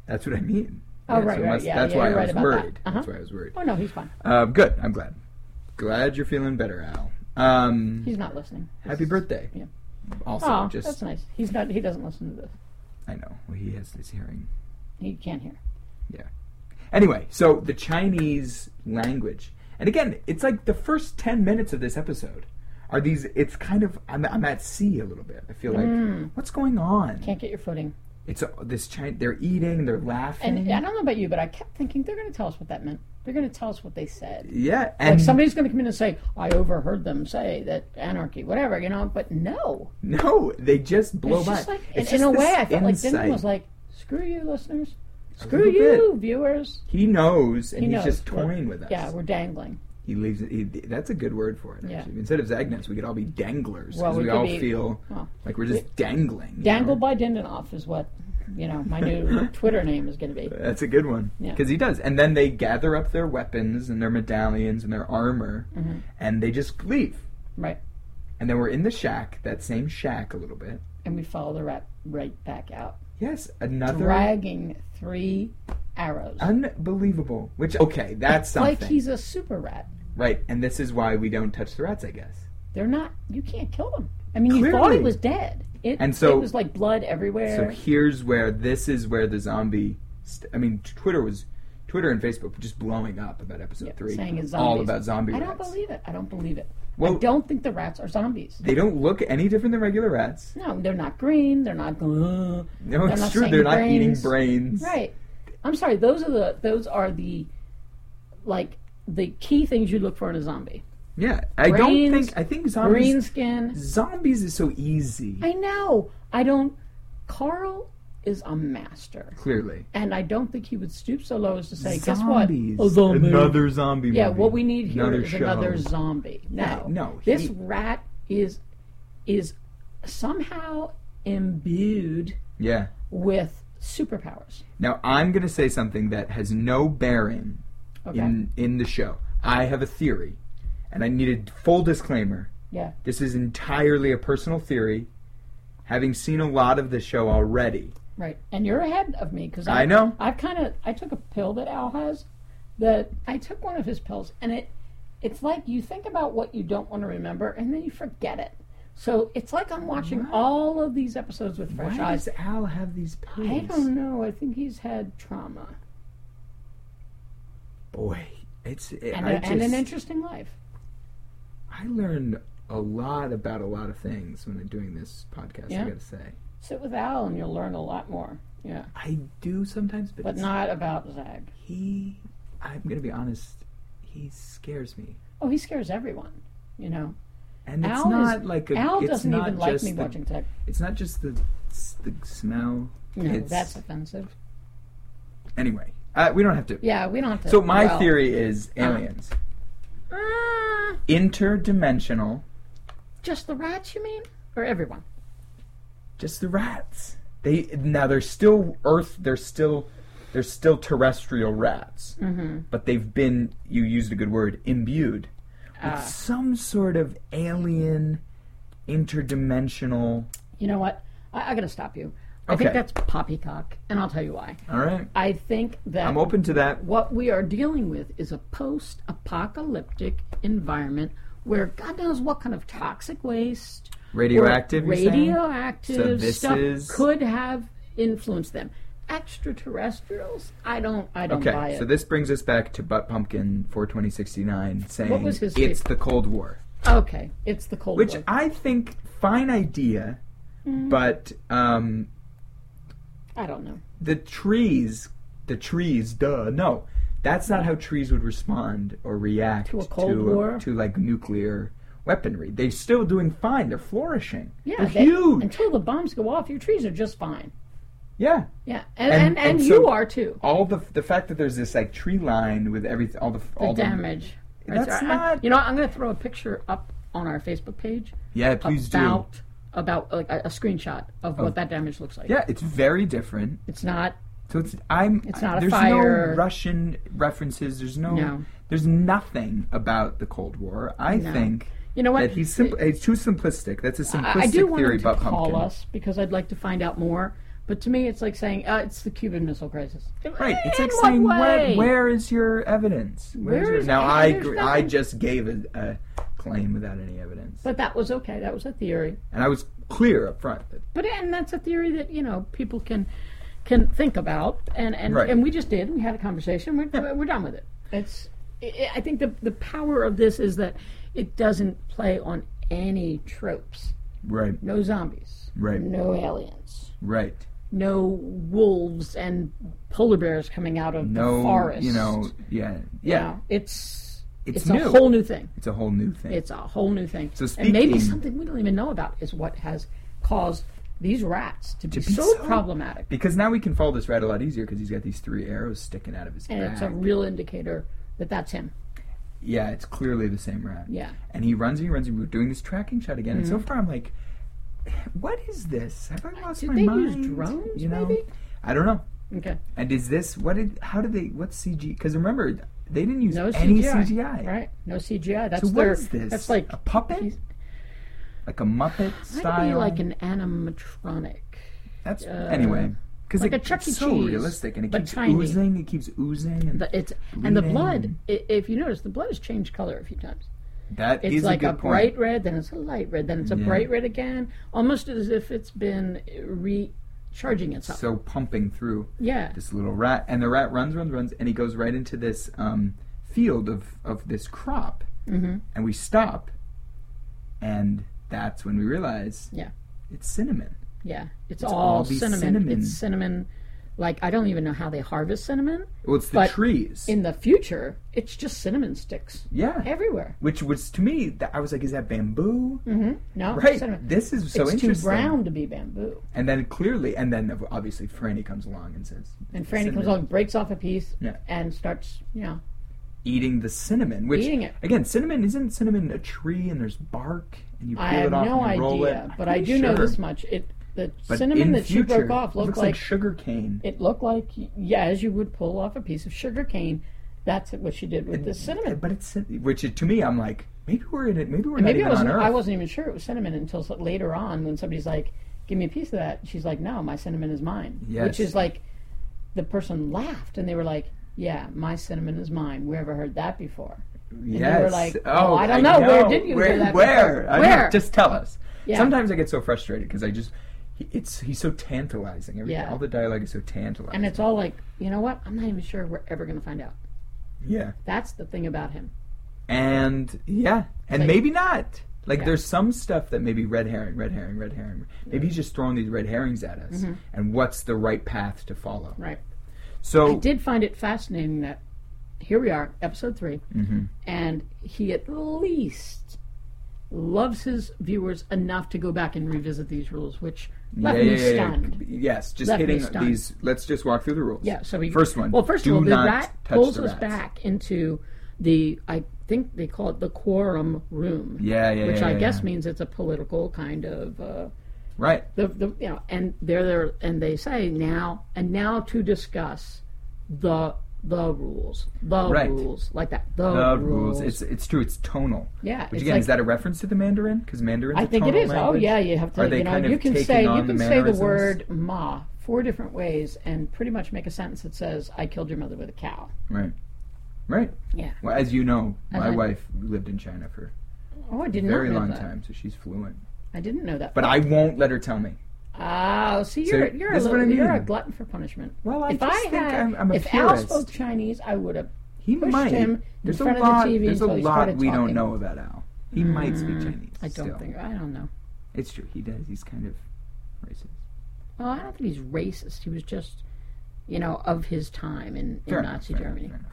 That's what I mean.
Oh, right,
so
right,
must-
yeah,
that's
yeah,
why
you're
I
right
was
about that.
worried. That's
Uh-huh.
why I was worried.
Oh no, he's fine.
Uh, good. I'm glad. Glad you're feeling better, Al. Um,
He's not listening.
happy birthday.
yeah.
Also,
Oh,
just
that's nice. He's not. He doesn't listen to this.
I know well, he has his hearing.
He can't hear.
Anyway, so the Chinese language, and again, it's like the first ten minutes of this episode are these. It's kind of I'm, I'm at sea a little bit. I feel like
Mm.
what's going on?
Can't get your footing.
It's uh this China. They're eating. They're laughing.
And I don't know about you, but I kept thinking they're going to tell us what that meant. They're going to tell us what they said.
yeah, and
Like somebody's going to come in and say, "I overheard them say that anarchy, whatever," you know. But no,
(laughs) no, they just blow
it's
by.
just like in,
It's
in
just
a way,
this
I felt like Denton
insight.
was like, "Screw you, listeners. Screw
little
you, viewers."
he knows, and
He
he's
knows.
just
We're-
toying with us.
Yeah, we're dangling.
He leaves. He, that's a good word for it.
Yeah.
Actually. Instead of zagnets, we could all be danglers
Well,
because
we
we,
could
all
be-
feel
well,
like we're just dangling. you
Dangle
know?
by Dindenoff is what you know my
(laughs)
new Twitter name is going to be.
That's a good one
Yeah.
because he does. And then they gather up their weapons and their medallions and their armor,
Mhm.
and they just leave.
Right,
And then we're in the shack, that same shack, a little bit.
and we follow the rat right back out,
Yes, another
dragging three arrows.
unbelievable. Which okay, that's something,
Like he's a super rat.
right? And this is why we don't touch the rats, I guess.
They're not. You can't kill them. I mean, you thought
Clearly.
it was dead. It,
And so-
it was like blood
So
everywhere.
here's where this is where the zombie. St- I mean, Twitter was Twitter and Facebook were just blowing up about episode
Yeah,
three,
saying it's
all
zombies.
about zombie
I
rats.
don't believe it. I don't believe it.
Well-
I don't think the rats are zombies.
they don't look any different than regular rats.
No, they're not green. They're not. Uh,
No,
They're
it's
not
true.
saying
They're not eating
brains.
brains.
right. I'm sorry. Those are the. Those are the. Like the key things you look for in a zombie:
Yeah, I don't
Brains,
think. I think zombies.
green skin.
Zombies is so easy.
I know. I don't. Carl is a master,
clearly,
and I don't think he would stoop so low as to say,
zombies.
"Guess what? A zombie.
Another zombie.
Yeah,
movie.
what we need here is
another
another
show.
zombie. No,
Yeah, no,
This
he-
rat is is somehow imbued
Yeah.
with superpowers.
Now I'm gonna say something that has no bearing
Okay.
in in the show. I have a theory, and I need a full disclaimer.
yeah.
This is entirely a personal theory. Having seen a lot of the show already,
Right. And you're ahead of me because
I know.
I've kind of I took a pill that Al has. That I took one of his pills, and it it's like you think about what you don't want to remember, and then you forget it. So it's like I'm watching
What?
all of these episodes with
why
fresh eyes.
does Al have these pills?
I don't know. I think he's had trauma
Boy, it's it,
and,
I
a,
just
and an interesting life.
I learned a lot about a lot of things when doing this podcast.
Yeah?
I gotta say,
Sit with Al and you'll learn a lot more. Yeah.
I do sometimes, but,
But
it's-
not about Zag.
he. I'm gonna be honest. He scares me,
Oh, he scares everyone, you know.
and it's
Al is-
not like a.
Al
it's
doesn't
not
even like
just
me
the,
watching Zag.
It's not just the s- the smell.
No,
it's-
that's offensive.
Anyway, uh, we don't have to.
Yeah, we don't have to.
So my
well,
theory is aliens,
uh,
interdimensional,
just the rats, you mean? Or everyone?
just the rats. They now they're still Earth. They're still they're still terrestrial rats,
Mm-hmm.
but they've been you used a good word imbued with
Ah.
some sort of alien interdimensional.
You know what? I, I got to stop you. I think
Okay.
that's poppycock, and I'll tell you why.
All right,
I think that
I'm open to that.
what we are dealing with is a post apocalyptic environment where God knows what kind of toxic waste or
Radioactive, you're saying?
radioactive
So this
stuff
is-
could have influenced them. Extraterrestrials? I don't. I don't buy
Okay,
it.
so this brings us back to Butt Pumpkin 42069 saying
was his
it's the Cold War.
okay, it's the Cold
which
War.
I think fine idea,
Mm-hmm.
but um,
I don't know.
the trees, the trees, duh, no, that's not how trees would respond or react
To a Cold
to,
War?
to like nuclear weaponry. They're still doing fine. They're flourishing.
Yeah,
they're
they-
huge.
Until the bombs go off, your trees are just fine.
yeah,
Yeah, and
And-
and, and,
and
you
so-
are too.
all the the fact that there's this like tree line with everything, all the
The
all the
damage.
That's
Right, so I-
not-
you know, I'm going to throw a picture up on our Facebook page
yeah, please do.
about about like a, a screenshot of what that damage looks like.
Yeah, it's very different.
It's not
So it's I'm.
It's not a
there's
fire-
no Russian references. There's no,
No.
There's nothing about the Cold War. I
No.
think
You know what?
that he's simp- it's too simplistic. That's
I
a simplistic
I do want
theory
him to
about
call
pumpkin.
us because I'd like to find out more. But to me, it's like saying uh, it's the Cuban Missile Crisis.
Right. It's
In
like
what
saying where,
way?
where is your evidence?
Where
your,
is-
now
I-
I
there's
agree- I
nothing.
just gave a, a claim without any evidence,
But that was okay. That was a theory.
and I was clear up front. That,
But and that's a theory that you know people can can think about, and and,
Right.
and we just did. We had a conversation. We're we're done with it. It's. I I think the the power of this is that it doesn't play on any tropes.
right.
No zombies.
Right.
No aliens.
Right.
No wolves and polar bears coming out of
No.
the forest.
You know. Yeah. Yeah.
No, it's
It's
it's,
new.
a whole new thing.
It's a whole new thing.
It's a whole new thing.
So
and maybe
speaking-
something we don't even know about is what has caused these rats to be,
be
so,
so-
problematic.
because now we can follow this rat a lot easier because he's got these three arrows sticking out of his
and
back.
it's a real indicator that that's him.
yeah, it's clearly the same rat.
Yeah.
And he runs and he runs and we're doing this tracking shot again. And
Mm.
so far I'm like, what is this? Have I lost
Did
my
they
mind?
use drones,
You know?
maybe?
I don't know.
Okay.
And is this what did? How did they? What's CG? Because remember, they didn't use
No
any
CGI.
CGI.
Right? No CGI. That's
So what
their,
is this?
That's like
a puppet,
he's-
like a Muppet
might be
style.
like an animatronic.
That's
uh,
anyway. Because
like
it,
a Chuck E.
it's so
Cheese,
realistic, and it
but
keeps
tiny.
oozing. It keeps oozing, and
The- It's and the
Green
blood.
alien.
i- If you notice, the blood has changed color a few times.
that
It's
is
like
a
a,
good point.
bright red, then it's a light red, then it's a
Yeah.
bright red again, almost as if it's been recharging itself.
so pumping through
yeah.
this little rat and the rat runs runs runs and he goes right into this um, field of, of this crop
Mm-hmm.
and we stop and that's when we realize
Yeah.
it's cinnamon
Yeah, it's,
It's all
all
these
cinnamon.
cinnamon.
It's cinnamon. Like I don't even know how they harvest cinnamon.
well it's the
But
trees
In the future, it's just cinnamon sticks
yeah
everywhere.
which was to me that i was like is that bamboo
Mm-hmm. No,
right
cinnamon.
this is so
it's too
interesting
brown to be bamboo.
and then clearly and then obviously franny comes along and says
And Franny
"It's
comes
cinnamon."
along, breaks off a piece,
Yeah.
and starts, you know,
eating the cinnamon which
Eating it.
again cinnamon isn't cinnamon a tree and there's bark and you peel
I
it
have
off
no
and you roll it
idea,
I'm
but I
pretty
do know
sure.
this much: it the
But in
cinnamon that she
future,
broke off
it
looked
looks like,
like
sugar cane.
it looked like yeah, as you would pull off a piece of sugar cane. That's what she did with the cinnamon.
but it's which it, to me, I'm like maybe we're in it. Maybe we're
And
not
maybe I
even on
wasn't,
Earth.
I wasn't even sure it was cinnamon until so- later on when somebody's like, "Give me a piece of that." She's like, "No, my cinnamon is mine,"
Yes.
which is like, the person laughed and they were like, "Yeah, my cinnamon is mine." We ever heard that before?
yes.
were like, oh, I don't know, where did you
where,
hear that
Where?
before?
I know,
Where?
just tell us.
Yeah.
Sometimes I get so frustrated because I just he- it's he's so tantalizing. Everything,
Yeah.
All the dialogue is so tantalizing.
And it's all like, you know what? I'm not even sure we're ever going to find out.
yeah.
That's the thing about him.
And yeah. And
Like-
maybe not. Like
Yeah.
there's some stuff that maybe red herring, red herring, red herring. Maybe he's just throwing these red herrings at us. And what's the right path to follow?
Mm-hmm. Right. I
So
did find it fascinating that here we are, episode 3
mm-hmm.
and he at least loves his viewers enough to go back and revisit these rules, which left me stunned.
Yes, just
Left me
hitting
stunned.
these. Let's just walk through the rules.
Yeah, so we
first one.
Well, first
do
of all, the
not
rat
touch
pulls
the
us
rats.
back into the I think they call it the quorum room.
Yeah, yeah,
which
yeah,
I
yeah,
guess
yeah.
means it's a political kind of uh,
Right.
the the you know, and they're there and they say now and now to discuss the the rules, the
Right.
rules like that, the,
The
rules.
rules. It's it's true. It's tonal.
yeah,
Which
it's
again,
like-
is that a reference to the Mandarin? Because Mandarin's
I
a
think it
tonal
is. Oh
language.
yeah, you have
Are
to.
they
You know,
kind of
you can
taking
say
on
you
the
can say the
mannerisms?
word ma four different ways and pretty much make a sentence that says I killed your mother with a cow.
Right. Right.
Yeah.
Well, as you know, my
Uh-huh.
wife lived in China for
Oh, I did
a
not
very
know
long
that.
time, so she's fluent.
I didn't know that.
But I won't let her tell me.
oh, see,
So
you're you're a
this is what
little,
I
you're a
mean.
glutton for punishment.
Well, I
if
just
I
think
had,
I'm, I'm a
if Al
purist.
spoke Chinese, I would have.
he
pushed
might.
him in
there's
front
a
of the
lot.
TV
there's a
until he
lot
started
we don't
talking. Mm,
know about Al. He might speak Chinese.
I don't
still.
think. I don't know.
It's true. He does. He's kind of racist.
Well, I don't think he's racist. He was just, you know, of his time in, in
Fair enough,
Nazi
fair enough,
Germany.
fair enough.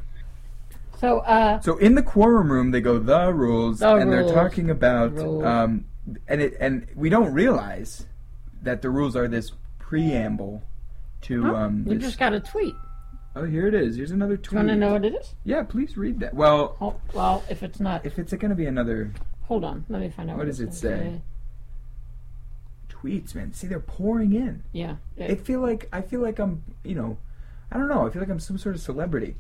So, uh,
So in the quorum room, they go the rules,
The
and they're
rules.
talking about,
Rules.
um, and it, and we don't realize that the rules are this preamble to
oh,
um.
we
this-
just got a tweet.
oh, here it is. Here's another tweet.
Do you want to know what it is?
Yeah, please read that. Well,
Oh, well, if it's not,
if it's going to be another
hold on. Let me find out.
What does
it's
it
gonna
say? tweets, man. See, they're pouring in.
Yeah.
I feel like I feel like I'm, you know, I don't know. I feel like I'm some sort of celebrity.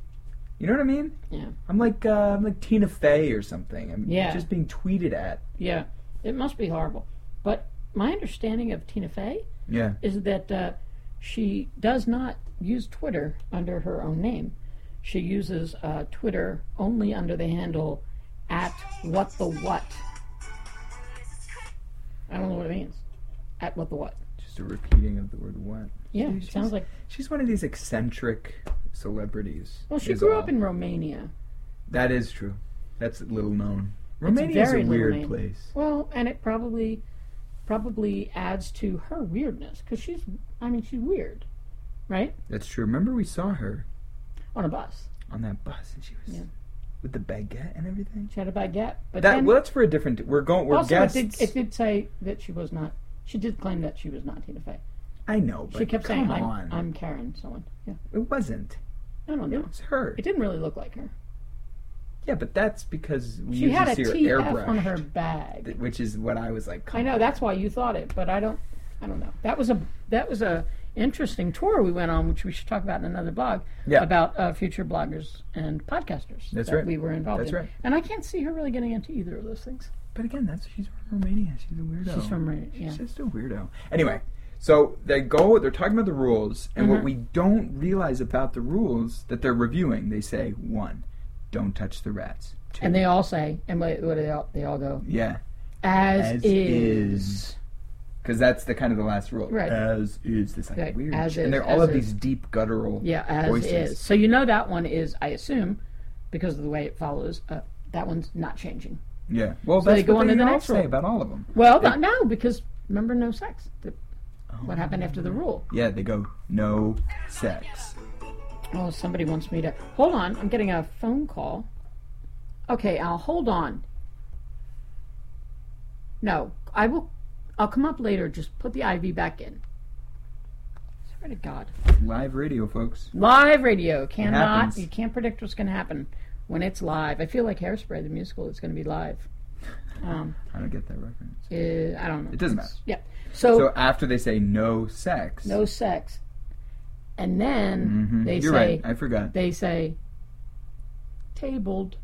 You know what I mean?
Yeah.
I'm like uh, I'm like Tina Fey or something. I'm
Yeah.
just being tweeted at.
Yeah. It must be horrible. But my understanding of Tina Fey
Yeah.
is that uh, she does not use Twitter under her own name. She uses uh, Twitter only under the handle at what the what. I don't know what it means. At what the what.
Just a repeating of the word what.
Yeah,
She's-
it sounds like.
She's one of these eccentric celebrities.
Well, she
is
grew
all.
up in Romania.
That is true. That's little known. Romania is
very
a
little
weird
known.
place.
Well, and it probably probably adds to her weirdness because she's, I mean, she's weird, right?
That's true. Remember we saw her
On a bus.
on that bus and she was
Yeah.
with the baguette and everything.
She had a baguette. But
That
then,
well, that's for a different. We're going. We're
also,
guests.
It, did, it did say that she was not. She did claim that she was not Tina Fey.
I know, but
She kept
come
saying,
on.
I'm, "I'm Karen." Someone. Yeah.
it wasn't.
I don't
It
know.
was her.
It didn't really look like her.
yeah, but that's because we
She
usually
had a
see her
TF on
airbrushed,
her bag.
th- which is what I was like.
I
come
know
on.
that's why you thought it, but I don't. I don't know. That was a that was a interesting tour we went on, which we should talk about in another blog.
Yeah.
About uh, future bloggers and podcasters.
That's
that
right.
We were involved.
That's
in.
right.
And I can't see her really getting into either of those things.
But again, that's she's from Romania. She's a weirdo.
She's from Ra- yeah.
She's just a weirdo. Anyway, so they go. They're talking about the rules, and
Mm-hmm.
what we don't realize about the rules that they're reviewing, they say one, don't touch the rats. Two,
And they all say, and what, what do they all they all go
yeah,
as,
As is. because that's the kind of the last rule.
Right.
As is this like
Right.
weird,
As
and
is,
they're all
as
of
is.
these deep guttural
Yeah, as
voices.
is. So you know that one is, I assume, because of the way it follows, uh, that one's not changing.
Yeah. Well,
they
that's
go
what
on
they
to the
all
next
say
rule.
about all of them.
Well, not now because remember, no sex. The- What happened after the rule?
Yeah, they go no sex.
Oh, somebody wants me to hold on. I'm getting a phone call. Okay, I'll hold on. No, I will. I'll come up later. Just put the IV back in. Swear to God.
Live radio, folks.
Live radio cannot.
happens.
You can't predict what's going to happen when it's live. I feel like Hairspray, the musical, is going to be live. Um,
I don't get that reference.
Uh, I don't know.
It doesn't
It's- Yeah. So,
So after they say no sex,
no sex, and then
Mhm.
they
You're
say
right. I forgot.
they say tabled,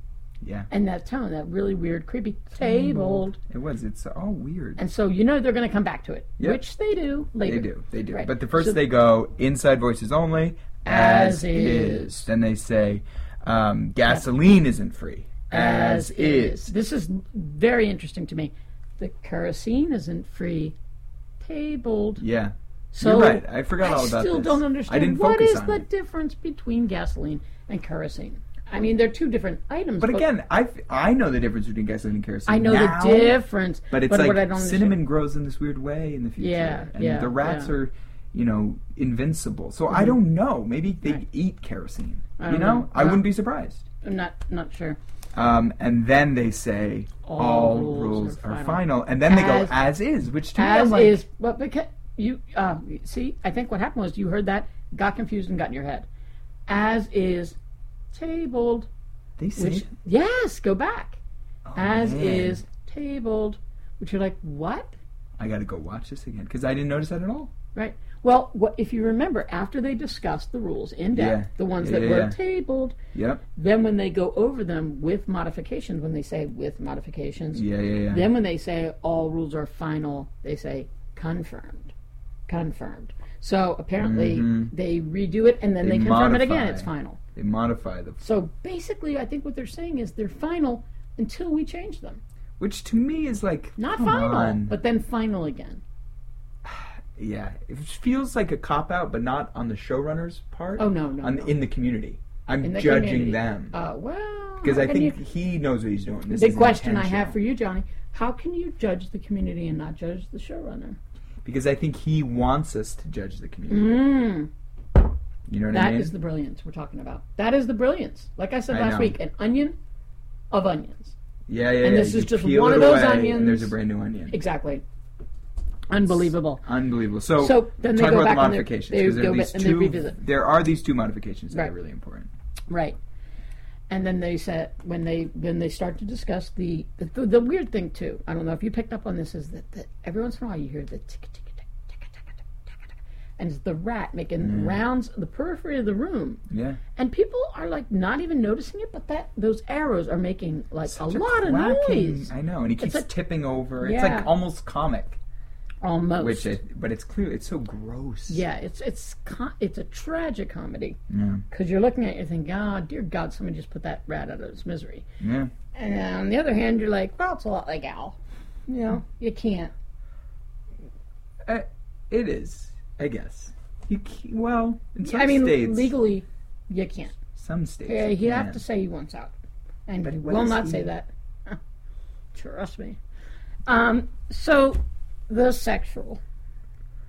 Yeah,
and that tone, that really weird, creepy tabled.
it was. It's all weird.
And so you know they're going to come back to it,
Yeah.
which they do later.
They do. They do.
Right.
But the first
So-
they go inside voices only,
As is.
Then they say um, gasoline isn't free,
As is. This is very interesting to me. The kerosene isn't free. Tabled.
Yeah,
So
you're right. I forgot all about
still
this.
don't understand.
I didn't
what
focus
is
on
the
it.
difference between gasoline and kerosene? I mean, they're two different items.
But again, I f- I know the difference between gasoline and kerosene.
I know
now,
the difference.
But it's
but
like
what I don't
cinnamon grows in this weird way in the future.
Yeah,
and
yeah,
the rats
yeah. Mm-hmm.
are, you know, invincible. So I don't know. Maybe they
Right.
eat kerosene.
I
you
don't
know,
know.
I
Well-
wouldn't be surprised.
understand. I'm not not sure.
Um, and then they say all,
All
rules,
rules
are,
are
final. and then they go
As-
as is, which to me I'm
As
like,
is, but because you uh, see, I think what happened was you heard that, got confused, and got in your head. As is tabled,
they say, Oh,
which yes, go back. As
man.
is tabled, which you're like what?
I got to go watch this again because I didn't notice that at all.
Right. Well, what, if you remember, after they discussed the rules in depth,
Yeah.
the ones
Yeah,
that
yeah,
were
yeah.
tabled,
Yep.
then when they go over them with modifications, when they say with modifications,
Yeah, yeah, yeah.
Then when they say all rules are final, they say confirmed, confirmed. So apparently they redo it and then
Mm-hmm. They
they, confirm it again.
modify.
It's final.
they modify the,
So basically, I think what they're saying is they're final until we change them.
which to me is like
Not
come
final,
on.
but then final again.
yeah, it feels like a cop out, but not on the showrunner's part.
Oh no, no,
on
no.
in the community. I'm
In the
judging
community.
them
Uh, well,
because
how
I
can
think
you,
he knows what he's doing. This
the
is
question I
intentional.
have for you, Johnny, how can you judge the community and not judge the showrunner?
because I think he wants us to judge the community.
Mm.
You know what I
Mm-hmm. That
mean?
is the brilliance we're talking about. That is the brilliance. Like I said
I
last
know.
week, an onion of onions.
yeah, yeah.
and
yeah.
this
You
is just
peel
one
it
of those
away, And
onions.
there's a brand new onion.
Exactly. Unbelievable.
Unbelievable. So,
So then they
talk
go
about
back
the
and they-
modifications
they
because there
go
are
ba-
these
and they
two.
revisit.
There are these two modifications that are
Right.
really important.
Right. And then they said when they when they start to discuss the the, the the weird thing too. I don't know if you picked up on this is that, that every once in a while you hear the tick tick tick tick tick tick tick tick, tick. and it's the rat making rounds the periphery of the room.
Yeah.
And people are like not even noticing it, but that those arrows are making like
Such
a lot of
quacking-
noise.
I know, and he keeps
like-
tipping over. It's
Yeah.
like almost comic,
Almost.
which it, but it's clear it's so gross.
yeah, it's it's co- it's a tragic comedy because you're looking at it, you think, God, dear God, somebody just put that rat out of his misery.
Yeah.
And on the other hand, you're like, well, it's a lot like Al. You know, you can't.
Uh, it is, I guess. You c- well, in some
I mean,
states,
legally, you can't.
some states.
Yeah,
you
he'd have
can.
to say he wants out, and
But
he
what
will
is
not
he-
say that. (laughs) Trust me. Um, so the sexual,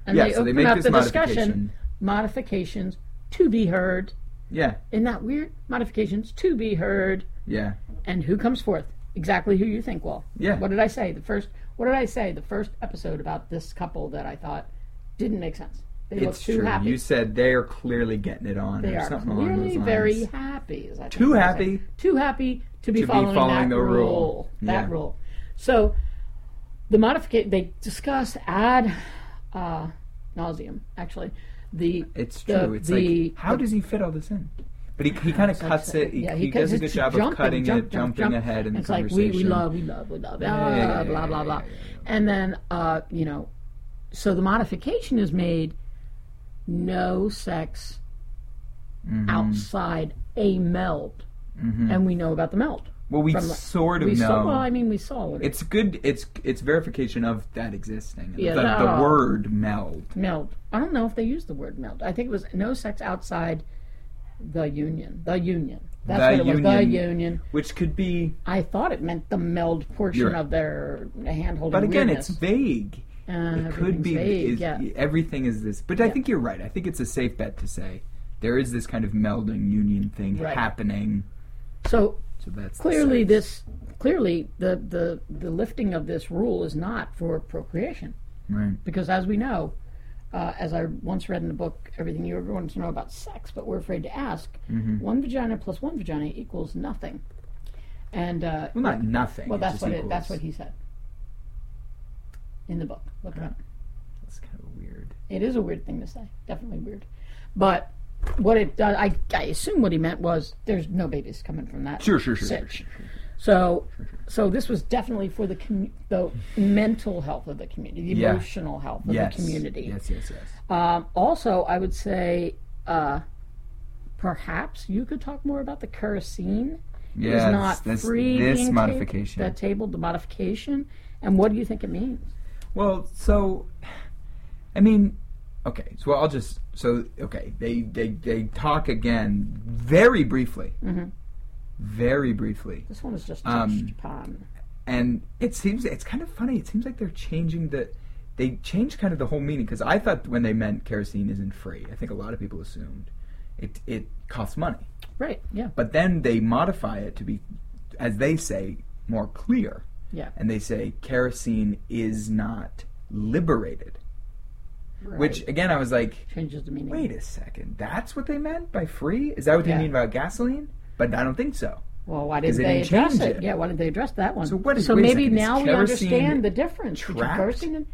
and
Yeah,
they
so
open
they make
up
this
the
modification.
discussion modifications to be heard.
Yeah,
Isn't that weird? Modifications to be heard,
yeah,
and who comes forth? Exactly who you think will.
Yeah.
What did I say? The first. What did I say? The first episode about this couple that I thought didn't make sense. They look
it's
too
true.
happy.
You said they are clearly getting it on,
They
or
are
something along those
clearly
lines.
very happy. Is I think
Too
what I
happy.
said. Too happy to be
To be
following,
following
that
the
rule.
rule.
That
Yeah.
rule. So the modification they discuss ad uh, nauseum. Actually, the
It's true.
the-
it's
the-
like how does he fit all this in? But he,
(sighs)
he kind of cuts it. He,
yeah,
he,
cuts
does a
it
good
to
job
jump
of cutting
and jump,
it,
jump, jump.
jumping ahead in the
it's like
conversation.
we, we love, we love, we love, blah
yeah, yeah, yeah,
blah blah
yeah,
blah.
yeah,
And then uh, you know, so the modification is made: no sex
Mm-hmm.
outside a meld, and we know about the meld.
Well, Mm-hmm. we
from the-
sort of
We
know.
saw. Well, I mean, we saw what it
it's good. It's it's verification of that existing.
Yeah,
the,
no.
the word meld.
meld. I don't know if they used the word meld. I think it was no sex outside the union. The union. That's
The
what it was. The
union.
union.
which could be
I thought it meant the meld portion
You're-
of their hand holding. Uh,
but again it's vague it could be is,
yeah.
everything is this but i think you're right i think it's a safe bet to say there is this kind of melding union thing
Right.
happening
So
so that's the
clearly,
sense.
this clearly the, the the lifting of this rule is not for procreation
right
because, as we know, uh, as I once read in a book, everything you ever wanted to know about sex, but we're afraid to ask.
Mm-hmm.
One vagina plus one vagina equals nothing. And uh,
well not nothing
well,
it
that's
just
what it,
equals-
that's what he said in the book. Look it up.
that's kind of weird
It is a weird thing to say. Definitely weird. But what it does, I, I assume what he meant was there's no babies coming from that.
sure sure sure, sure,
Sitch.
sure, sure.
So, so this was definitely for the commu- the mental health of the community, the
Yeah.
emotional health of
yes
the community.
yes yes yes
Um, also, I would say uh, perhaps you could talk more about the kerosene. It was
Yes,
not
this-
free
this
being ta-
modification.
that table, the modification, and what do you think it means?
Well, so I mean, okay. So I'll just so okay. They they they talk again very briefly, very briefly,
Mm-hmm. This one is just touched
Um,
upon.
and it seems it's kind of funny. It seems like they're changing the. They changed kind of the whole meaning because I thought when they meant kerosene isn't free, I think a lot of people assumed it it costs money.
Right? Yeah.
But then they modify it to be, as they say, more clear,
Yeah.
and they say kerosene is not liberated. Which
Right.
again, I was like,
changes the meaning.
Wait a second. That's what they meant by free? Is that what
Yeah.
they mean by gasoline? But I don't think so.
Well, why didn't
'Cause they
they
didn't
address
change
it?
it.
Yeah, why didn't they address that one?
So what is-
so
wait a
maybe
second, is
now we
kerosene
understand the difference between
trapped?
kerosene and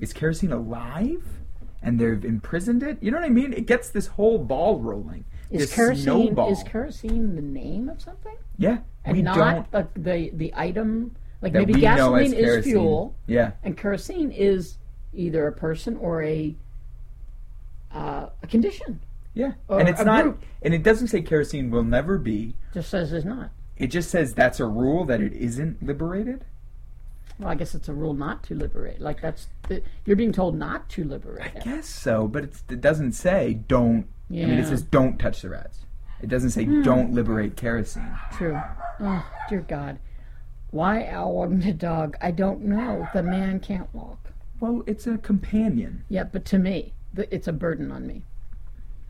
Is kerosene alive? And they've imprisoned it? You know what I mean? It gets this whole ball rolling.
is
this
kerosene
snowball.
is kerosene the name of something
yeah,
and
we don't
not the, the the item like
that
maybe
we know as
gasoline is
kerosene.
fuel
Yeah,
and kerosene is either a person or a uh, a condition.
yeah.
Or
and it's
a
not.
group.
And it doesn't say kerosene will never be.
Just says it's not.
It just says that's a rule that it isn't liberated.
Well, I guess it's a rule not to liberate. Like that's the, you're being told not to liberate. it.
Guess so, but it's, it doesn't say don't. I mean,
Yeah. Hmm.
it says don't touch the rats. It doesn't say don't liberate kerosene.
True. Oh, dear God. Why Al wanted a dog? I don't know. The man can't walk.
Well, it's a companion.
Yeah, but to me, th it's a burden on me.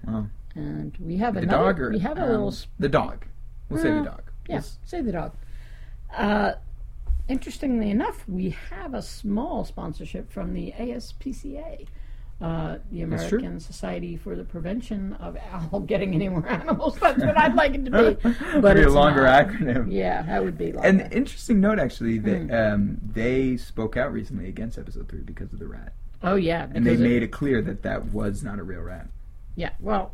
Oh.
And we have
the
another.
dog or
we have a
um,
little. Sp-
the dog. We'll say
Uh,
the dog.
yeah, say the dog. Uh, interestingly enough, we have a small sponsorship from the ASPCA, uh, the
That's true.
American Society for the Prevention of Al getting any more animals. That's what I'd like it to
(laughs)
be. (laughs) But
But
it's
a longer
not.
acronym.
Yeah, Hmm. that would be. Like
And
that.
interesting note, actually, that um, they spoke out recently against episode three because of the rat.
Oh yeah,
and they
because it-
made it clear that that was not a real rat.
yeah. Well,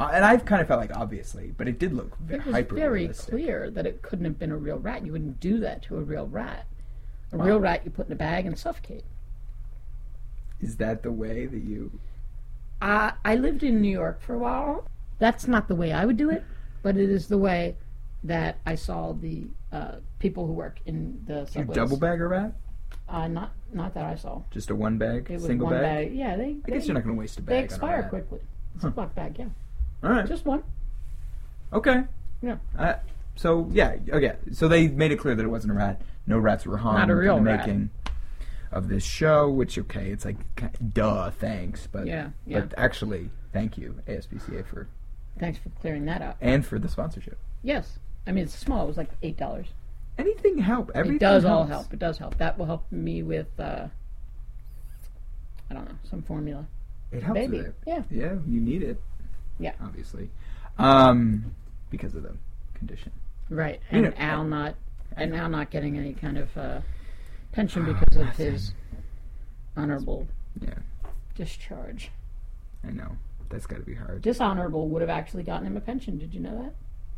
Uh, and I've kind of felt like obviously, but it did look ve-
it was
hyper
very
realistic.
clear that it couldn't have been a real rat. You wouldn't do that to a real rat. A real rat you put in a bag and suffocate.
Is that the way that you?
I, I lived in New York for a while. That's not the way I would do it, but it is the way that I saw the uh, people who work in the
You
subways.
double bag a rat?
Uh, not not that I saw.
Just a one bag,
It was
single
one
bag?
bag. Yeah, they.
I guess
they-
you're not going to waste a bag.
they
on a
expire
rat.
quickly. It's a black bag, yeah.
All right.
Just one.
Okay.
Yeah.
Uh, so yeah, okay. So they made it clear that it wasn't a rat. No rats were harmed.
Not a real
in the
rat.
making of this show, which okay, it's like ki- duh, thanks, but
Yeah, yeah.
but actually, thank you ASPCA for
Thanks for clearing that up.
and for the sponsorship.
Yes. I mean, it's small. It was like eight dollars.
Anything help? Everything
It does all
helps.
help. It does help. That will help me with, uh, I don't know, some formula.
It helps
Baby.
with it.
Yeah.
Yeah, you need it.
Yeah.
obviously, um, because of the condition.
Right.
You
And
know,
Al not, and Al not getting any kind of uh, pension because of his honorable
Ah, Yeah,
discharge.
I know that's got to be hard.
Dishonorable would have actually gotten him a pension. Did you know that?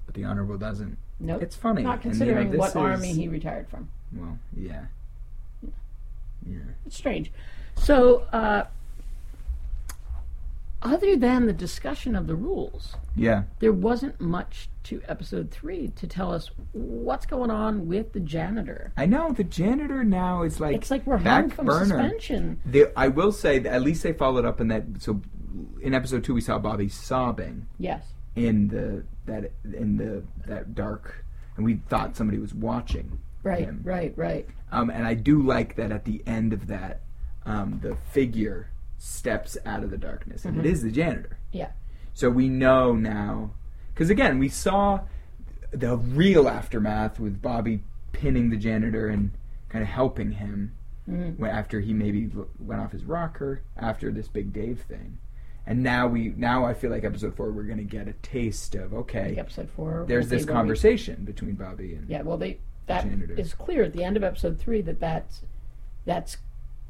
But the honorable doesn't.
No.
It's funny.
Not
And, you know,
considering
this
what
is-
army he retired from.
Well, yeah, yeah.
It's strange. So, uh, other than the discussion of the rules,
Yeah.
there wasn't much to episode three to tell us what's going on with the janitor.
I know the janitor now is like
It's like we're hung
back
from
burner.
suspension.
They, I will say that at least they followed up in that. So in episode two, we saw Bobby sobbing
Yes.
in the that in the that dark, and we thought somebody was watching.
Right,
him.
right, right.
Um, and I do like that at the end of that, um, the figure steps out of the darkness, and it is the janitor.
Mm-hmm. Yeah.
So we know now, because again, we saw the real aftermath with Bobby pinning the janitor and kind of helping him
Mm.
when- after he maybe w- went off his rocker after this big Dave thing. And now we, now I feel like episode four, we're gonna get a taste of okay.
Like episode four.
There's
will be
this
where we-
conversation between Bobby and
Yeah, well, they that
Janitor.
is clear at the end of episode three that that's that's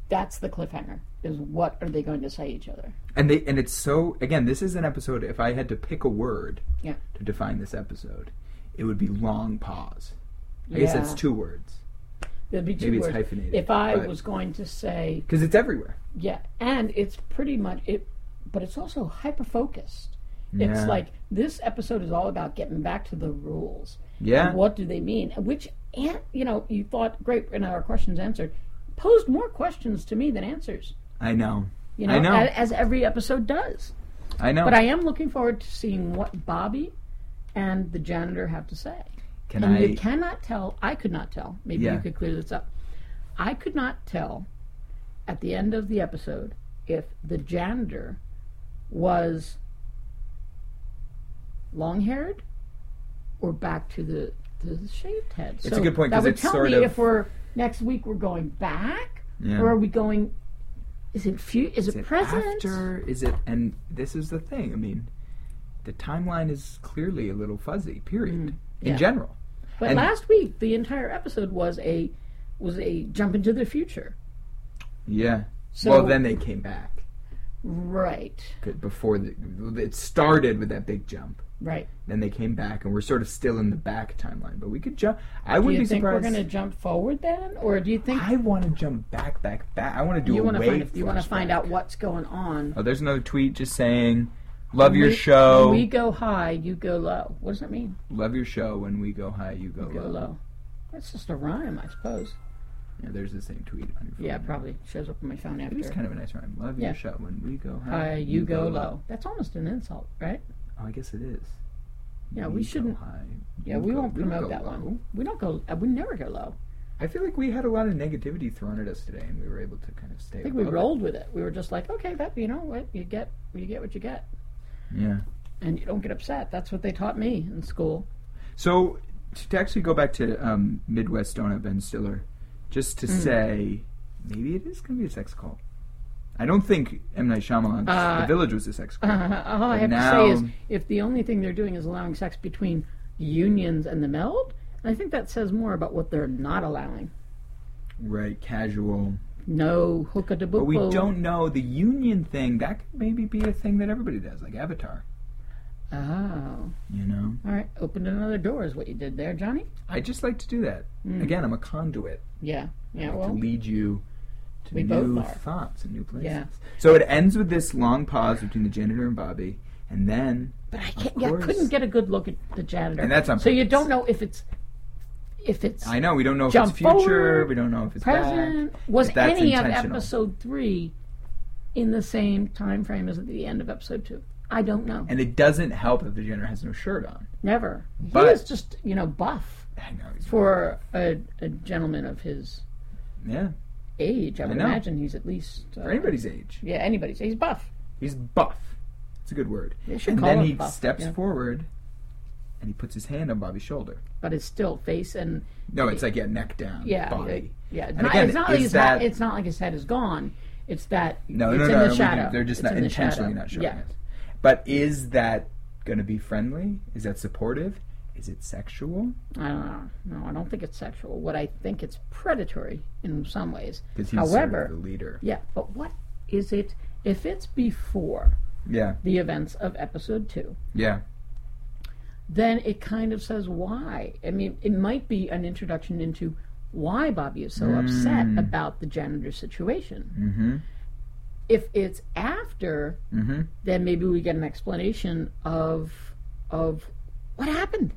that's the cliffhanger. Is what are they going to say each other?
and they and it's so again. This is an episode. If I had to pick a word
Yeah.
to define this episode, it would be long pause. I guess that's
Yeah.
two words
There'd be two
maybe it's
words.
hyphenated,
If I
but-
was going to say
because it's everywhere.
Yeah, and it's pretty much it, but it's also hyper focused.
Yeah.
It's like this episode is all about getting back to the rules.
Yeah.
And what do they mean? Which, and you know, you thought great, and our questions answered. Posed more questions to me than answers.
I know.
You know,
I know.
a- as every episode does.
I know.
But I am looking forward to seeing what Bobby and the janitor have to say.
can
And
I?
you cannot tell, I could not tell, maybe
Yeah.
you could clear this up. I could not tell at the end of the episode if the janitor was long haired or back to the, to the shaved head.
It's a good point,
that
'cause
would
it's
tell
sort
me
of-
if we're next week we're going back
Yeah.
or are we going. Is it fu- is,
is
it
it
present?
after? Is it? And this is the thing. I mean, the timeline is clearly a little fuzzy.
Mm.
Period.
yeah.
In general,
But
And-
last week the entire episode was a was a jump into the future.
yeah.
So
well, then they came back
right,
'Cause before the, it started with that big jump.
right.
Then they came back, and we're sort of still in the back timeline. But we could jump. I
Do
wouldn't
you
be
think
surprised.
we're going to jump forward then, or do you think
I want to jump back, back, back. I want to do
you
a
want to
wave.
find you want to find
flashback.
out what's going on?
Oh, there's another tweet just saying, "Love
When
your
we-
show.
when we go high, you go low. What does that mean?
Love your show. When we go high, you go,
Go
low."
low. That's just a rhyme, I suppose.
Yeah, there's the same tweet on your phone.
Yeah, it probably shows up on my phone
It is
after.
kind of a nice rhyme. Love
Yeah.
your show. When we go high,
High, you go low. That's almost an insult, right?
Oh, I guess it is.
Yeah, we
go
shouldn't-
high.
Yeah,
you
we
go-
won't
we don't
promote
go
that
low.
one. We don't go. uh, We never go low.
I feel like we had a lot of negativity thrown at us today, and we were able to kind of stay.
I think we rolled with it. We were just like, okay, that you know what you get, you get what you get,
Yeah.
and you don't get upset. That's what they taught me in school.
So to, to actually go back to um, Midwest Donut Ben Stiller, just
Hmm.
to say, maybe it is going to be a sex cult. I don't think M Night Shyamalan's The
Uh,
Village was a sex cult.
All I
But
have
now-
to say is, if the only thing they're doing is allowing sex between unions and the meld, I think that says more about what they're not allowing.
right, casual.
No hookah de
But we don't know the union thing. That could maybe be a thing that everybody does, like Avatar.
Oh.
You know,
All right. Opened another door is what you did there, Johnny.
I just like to do that. Again, I'm a conduit
Yeah. Hmm. Yeah.
like
Well.
to lead you to
we both
new
are.
thoughts and new places.
Yeah.
So it ends with this long pause between the janitor and Bobby, and then
But I can't.
Of
Yeah, I
course.
couldn't get a good look at the janitor.
And that's on
so you
purpose.
don't know if it's if it's
I know we don't know if
Jump
it's future,
forward,
we don't know if it's
present.
back.
Was
but that's
any of
intentional.
episode three in the same time frame as at the end of episode two? I don't know.
And it doesn't help if the janitor has no shirt on.
Never. he
But-
was just you know buff
I know. He's,
for a, a gentleman of his
yeah,
age. I would
know.
imagine he's at least uh,
for anybody's age,
Yeah, anybody's. He's buff.
he's buff. It's a good word.
They should
And
call
then
him
he
buff,
steps
yeah.
forward, and he puts his hand on Bobby's shoulder.
but it's still face and
No, it's like yeah, neck down,
yeah,
body.
yeah. It's
And
not,
again,
it's not
is
like his
that-
head, it's not like his head is gone. It's that
No,
it's
no,
in
no.
the
no, we
shadow.
didn't- They're just
It's
not
in the
intentionally
shadow.
not showing
yeah.
us. But is that going to be friendly? Is that supportive? Is it sexual?
I don't know. No, I don't think it's sexual. What I think it's predatory in some ways.
Because he's
However,
sort of the leader.
yeah, but what is it if it's before
Yeah,
the events of episode 2?
yeah,
Then it kind of says why. I mean, it might be an introduction into why Bobby is so upset about the janitor situation. Mm-hmm. If it's after,
mm-hmm.
then maybe we get an explanation of of what happened.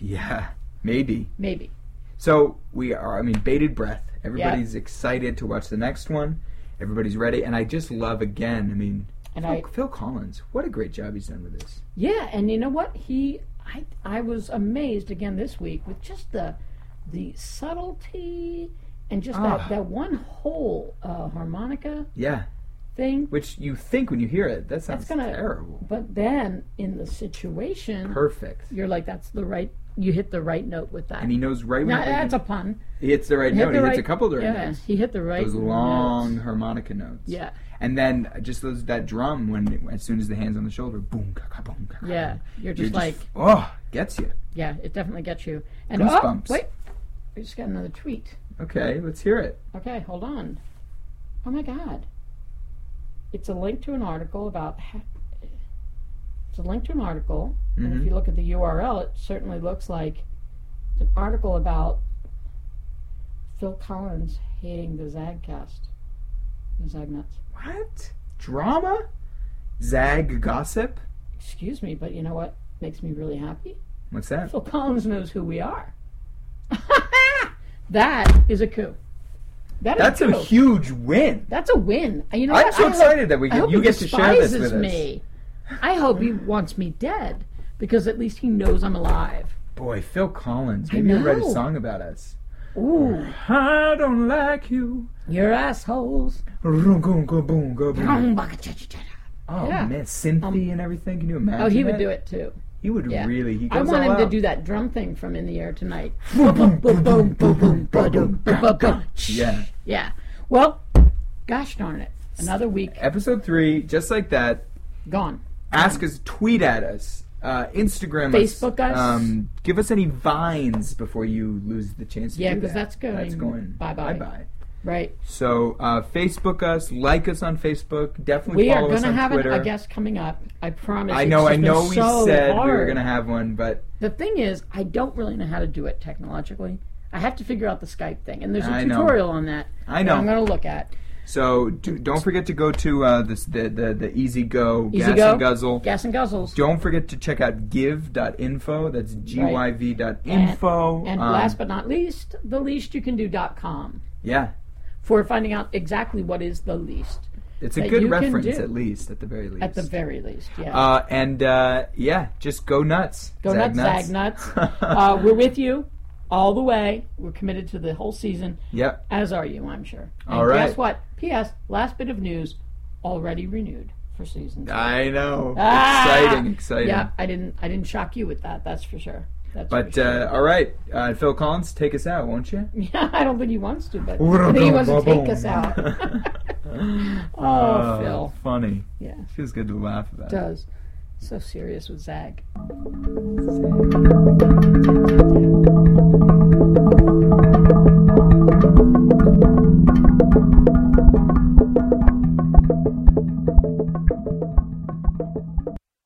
yeah. Maybe.
Maybe.
So we are. I mean, bated breath. Everybody's excited to watch the next one. Everybody's ready, and I just love again. I mean,
And
Phil,
I-
Phil Collins. What a great job he's done with this.
Yeah, and you know what? He, I, I was amazed again this week with just the, the subtlety and just
Ah.
that, that one whole uh, harmonica
Yeah,
thing.
which you think when you hear it, that sounds
gonna-
terrible.
But then in the situation,
Perfect.
you're like, that's the right. You hit the right note with that.
And he knows right when
Now,
it-
that's a pun.
he hits the right
Hit
note.
the
he
right-
hits a couple during
yeah,
this.
he hit the right.
those long
notes.
harmonica notes.
Yeah.
And then just those that drum when as soon as the hands on the shoulder, boom, ka boom, ka
Yeah, you're just like,
oh, gets you.
yeah, it definitely gets you. And
Goosebumps.
oh, wait, we just got another tweet.
Okay, let's hear it.
Okay, hold on. Oh my God. It's a link to an article about. Ha- it's a link to an article, and
Mm-hmm.
if you look at the URL, it certainly looks like it's an article about Phil Collins hating the Zagcast, the Zagnuts.
What drama? Zag gossip?
Excuse me, but you know what makes me really happy?
What's that?
Phil Collins knows who we are. that is a coup. That is
That's
a
a
coup.
huge win.
That's a win. You know
I'm
what?
so
I hope-
excited that we
I
get-
hope
you
he
get to share this
despises
with us.
me. I hope he wants me dead because at least he knows I'm alive.
Boy, Phil Collins. Maybe you write a
know.
song about us.
Ooh,
I don't like you.
you're assholes.
Oh
Boom, baka, cha, cha, cha, cha. Um, Yeah. Um,
man, Cynthia and everything. Can you imagine?
Oh, he would
that?
do it too.
He would
Yeah.
really. He goes
I want
all
him to
out.
do that drum thing from In the Air Tonight.
Boom,
Boom, boom, boom, boom, boom, boom, boom, boom, boom.
Yeah.
Yeah. Well, gosh darn it. Another week
Episode three, just like that.
gone.
ask us, tweet at us, uh, Instagram
Facebook us.
us, um, give us any vines before you lose the chance. to
Yeah,
do
'cause
that.
that's going
That's going
bye-bye.
bye.
Right.
So uh, Facebook us, like us on Facebook. Definitely
We are
follow
going
us
to
on
have an,
Twitter.
a guest coming up. I promise.
I
It's
know,
just
I know.
been
We
so
said we were
hard.
going to have one, but
The thing is, I don't really know how to do it technologically. I have to figure out the Skype thing, and there's a
I know.
tutorial on that.
I
that
know.
I'm going to look at
so do, don't forget to go to uh, this, the, the the Easy Go
Easy
Gas
Go.
and Guzzle.
Gas and Guzzles.
don't forget to check out give.info. That's gyv.info.
And
Um,
last but not least, the least you can do.com
yeah,
for finding out exactly what is the least,
it's a
that
good
you can
reference
do.
at least, at the very least.
at the very least. Yeah.
Uh, and uh, yeah, just go nuts.
Go
Zag
nuts, zag nuts.
(laughs)
uh, we're with you all the way. We're committed to the whole season,
Yep.
as are you, I'm sure. And
All right.
Guess what? P.S. Last bit of news already renewed for season two.
I know.
Ah!
exciting, exciting.
Yeah, I didn't I didn't shock you with that. That's for sure. That's
But
for sure.
uh, all right, uh, Phil Collins, take us out, won't you?
(laughs) yeah, I don't think he wants to, but I think he wants to take us
(laughs)
out. (laughs) oh, Phil.
Funny.
Yeah,
Feels good to laugh about.
does. So serious with Zag.